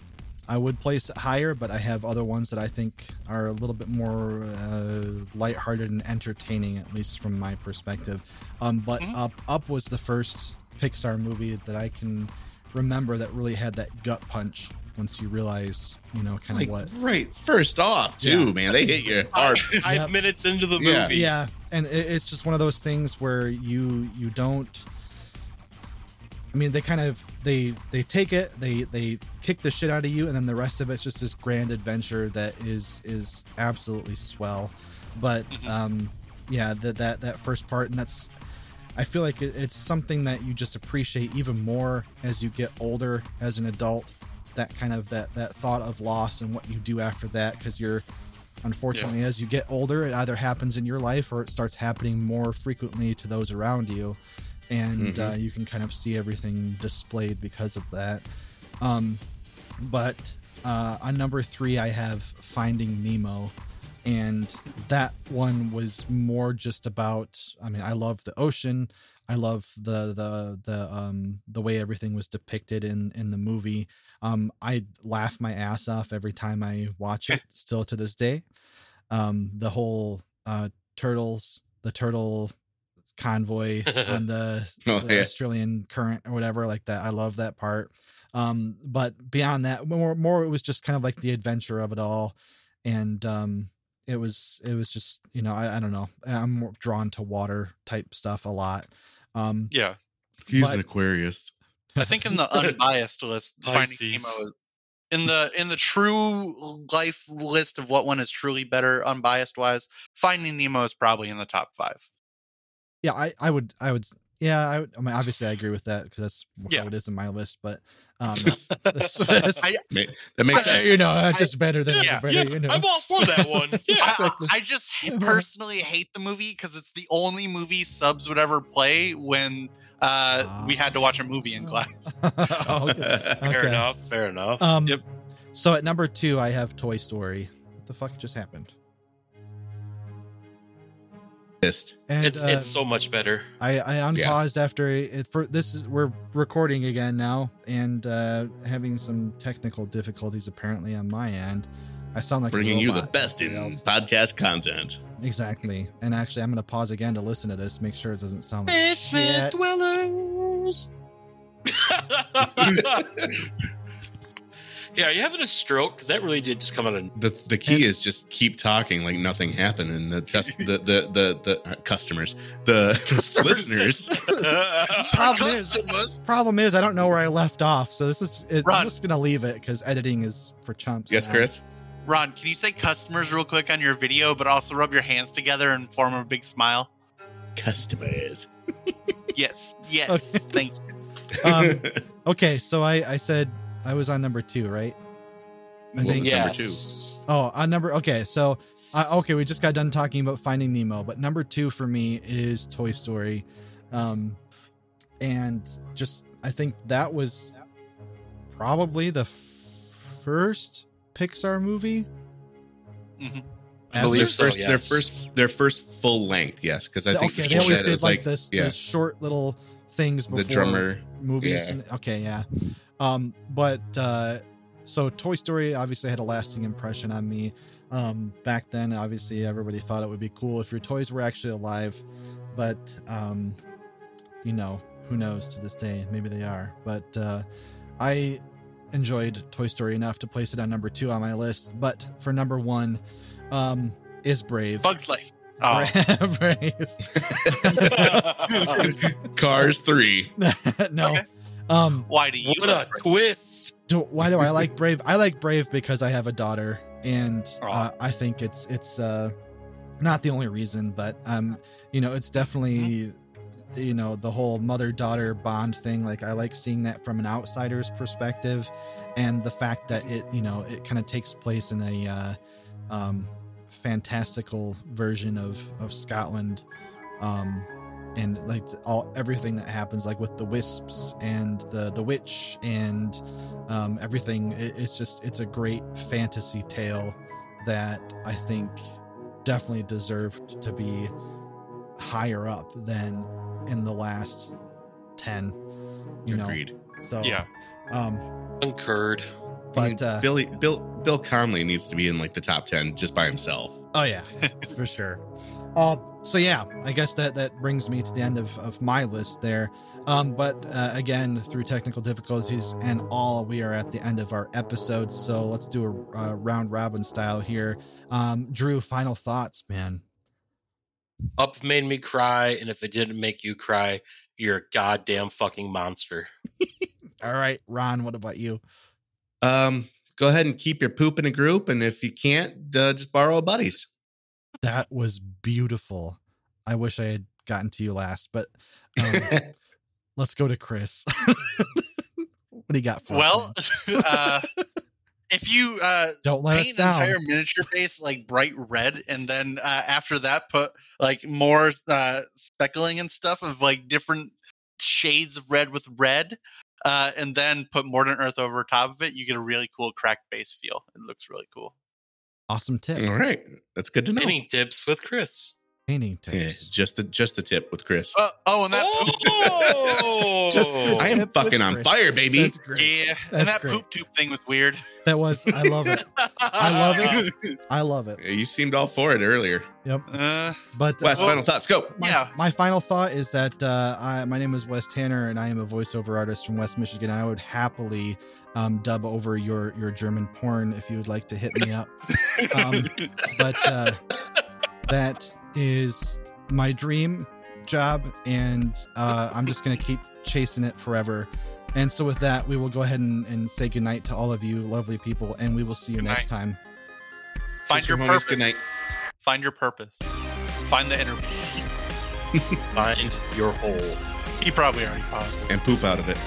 J: I would place it higher, but I have other ones that I think are a little bit more uh, lighthearted and entertaining, at least from my perspective. Um, but Up Up was the first Pixar movie that I can remember that really had that gut punch. Once you realize, you know, kind of
G: Like,
J: what
G: right. First off, too,
J: Yeah.
G: man, they hit you hard.
H: Five, five
J: Yep.
H: minutes into the movie.
G: Yeah.
J: yeah and it, it's just one of those things where you you don't i mean they kind of they they take it they they kick the shit out of you and then the rest of it's just this grand adventure that is is absolutely swell but um yeah that that that first part and that's I feel like it- it's something that you just appreciate even more as you get older as an adult. That kind of that that thought of loss and what you do after that, because you're unfortunately as you get older, it either happens in your life or it starts happening more frequently to those around you, and uh, you can kind of see everything displayed because of that. Um, but uh, on number three, I have Finding Nemo. And that one was more just about. I mean, I love the ocean. I love the the the um the way everything was depicted in in the movie. Um, I laugh my ass off every time I watch it. Still to this day, um, the whole uh turtles, the turtle convoy on the,
G: *laughs* Oh,
J: the
G: yeah.
J: Australian current or whatever like that. I love that part um but beyond that more more it was just kind of like the adventure of it all and um it was it was just you know i, I don't know i'm more drawn to water type stuff a lot um
K: Yeah.
G: He's
J: But-
G: an Aquarius.
K: I think *laughs* in the unbiased *laughs* list, Finding
H: Pisces.
K: Nemo. is- In the in the true life list of what one is truly better, unbiased wise, Finding Nemo is probably in the top five.
J: yeah i i would i would yeah i, would, I mean obviously i agree with that because that's
K: Yeah.
J: how it is in my list but um that's, that's, that's-
K: I-
G: Ma- That makes
K: I
J: *laughs*
K: just-
J: you know that's just better than
K: Yeah,
J: better,
H: Yeah,
J: you know
H: I'm all for that
J: *laughs*
H: one. Yeah.
K: I, I just personally hate the movie because it's the only movie subs would ever play when uh, we had to watch a movie
J: Ah. *laughs*
K: in class.
G: *laughs*
J: Oh, okay.
H: Fair
J: Okay.
H: enough. Fair enough.
J: um
K: Yep.
J: so at number two i have toy story what the fuck just happened
H: pissed.
J: And,
H: it's
J: uh,
H: it's so much better.
J: I, I
H: Yeah.
J: unpaused after it for this is we're recording again now and uh having some technical difficulties apparently on my end. I sound like a
L: bringing you the
J: robot.
L: best in podcast content.
J: exactly. And actually, I'm gonna pause again to listen to this, make sure it doesn't sound. like *laughs*
H: Basement
J: shit.
H: dwellers. *laughs* yeah, are you having a stroke? Because that really did just come *laughs* out of
G: The the key is just keep talking like nothing happened, and the just the the the, the uh, customers, the listeners.
K: *laughs*
J: problem is, problem is, I don't know where I left off, so this is. It, I'm just gonna leave it because editing is for chumps. now.
K: Ron, can you say customers real quick on your video, but also rub your hands together and form a big smile?
L: Customers.
K: yes. Yes. Thank you.
G: *laughs*
J: Um, okay, so I I said I was on number two, right?
G: What was number two?
J: Oh, on number okay, so uh, okay, we just got done talking about Finding Nemo, but number two for me is Toy Story, um, and just I think that was probably the f- first Pixar movie.
G: I their first, their first, their first full length, yes, because I think
J: okay, they
G: before
J: always
G: that it
J: did
G: was
J: like, this,
G: yeah.
J: the short little things
G: The
J: before
K: *laughs*
G: drummer,
J: movies.
G: yeah.
J: and- okay, yeah. Um, but uh, so Toy Story obviously had a lasting impression on me. Um, back then, obviously, everybody thought it would be cool if your toys were actually alive, but um, you know, who knows to this day? Maybe they are. But uh, I enjoyed Toy Story enough to place it on number two on my list. But for number one, um, is Brave.
K: Bugs
J: *laughs*
K: Life.
J: Oh.
K: Um,
G: Cars three.
J: *laughs* no. Um,
K: why do you?
H: What a twist!
J: do, why do I like Brave? I like Brave because I have a daughter, and uh, I think it's it's uh, not the only reason, but um, you know, it's definitely you know the whole mother daughter bond thing. Like I like seeing that from an outsider's perspective, and the fact that it you know it kind of takes place in a uh, um, fantastical version of of Scotland. Um, and like all everything that happens like with the wisps and the the witch and um, everything it, it's just it's a great fantasy tale that i think definitely deserved to be higher up than in the last 10 *laughs* you
G: Agreed.
J: know so um
H: Concurred.
J: But,
G: I mean,
J: uh,
G: Billy, Bill, Bill Conley needs to be in like the top ten just by himself.
J: Oh yeah, *laughs* for sure. Uh, so yeah, I guess that that brings me to the end of, of my list there. Um, but uh, again, through technical difficulties and all, we are at the end of our episode. So let's do a, uh round robin style here. Um, Drew, final thoughts, man.
H: Up made me cry, and if it didn't make you cry, you're a goddamn fucking monster.
J: All right, Ron, what about you?
G: Um, go ahead and keep your poop in a group, and if you can't, uh, just borrow a buddy's.
J: That was beautiful. I wish I had gotten to you last, but *laughs* um, let's go to Chris. *laughs* what do you got for us,
K: Well,
J: man?
K: *laughs* uh, if you uh,
J: Don't let us
K: paint an
J: down.
K: entire miniature base like bright red, and then uh, after that put like more uh, speckling and stuff of like different shades of red with red, uh, and then put Modern Earth over top of it, you get a really cool cracked base feel. It looks really cool.
J: awesome tip.
G: All right, that's good to know.
H: Any tips with Chris?
J: Painting tips.
G: Yeah, just the just the tip with Chris.
K: Uh, oh, and that
G: *laughs*
H: Oh,
G: I am fucking on fire, baby.
K: Yeah,
J: That's
K: and that
J: great.
K: poop tube thing was
J: *laughs*
K: weird. Uh,
J: That was I love it. I love *laughs* it. I love it.
G: Yeah, You seemed all for it earlier.
J: Yep.
K: Uh,
J: But
G: Wes, final thoughts. Go.
J: My, my final thought is that uh, I, my name is Wes Tanner, and I am a voiceover artist from West Michigan. I would happily um, dub over your your German porn if you would like to hit me up. Um, but uh, that is my dream job, and uh, I'm just going to keep chasing it forever. And so, with that, we will go ahead and, and say goodnight to all of you lovely people, and we will see you next time.
K: Find your
J: homies,
K: purpose.
J: good night.
K: Find your purpose. Find the inner peace.
H: Find your hole.
K: You probably already paused.
G: And poop out of it.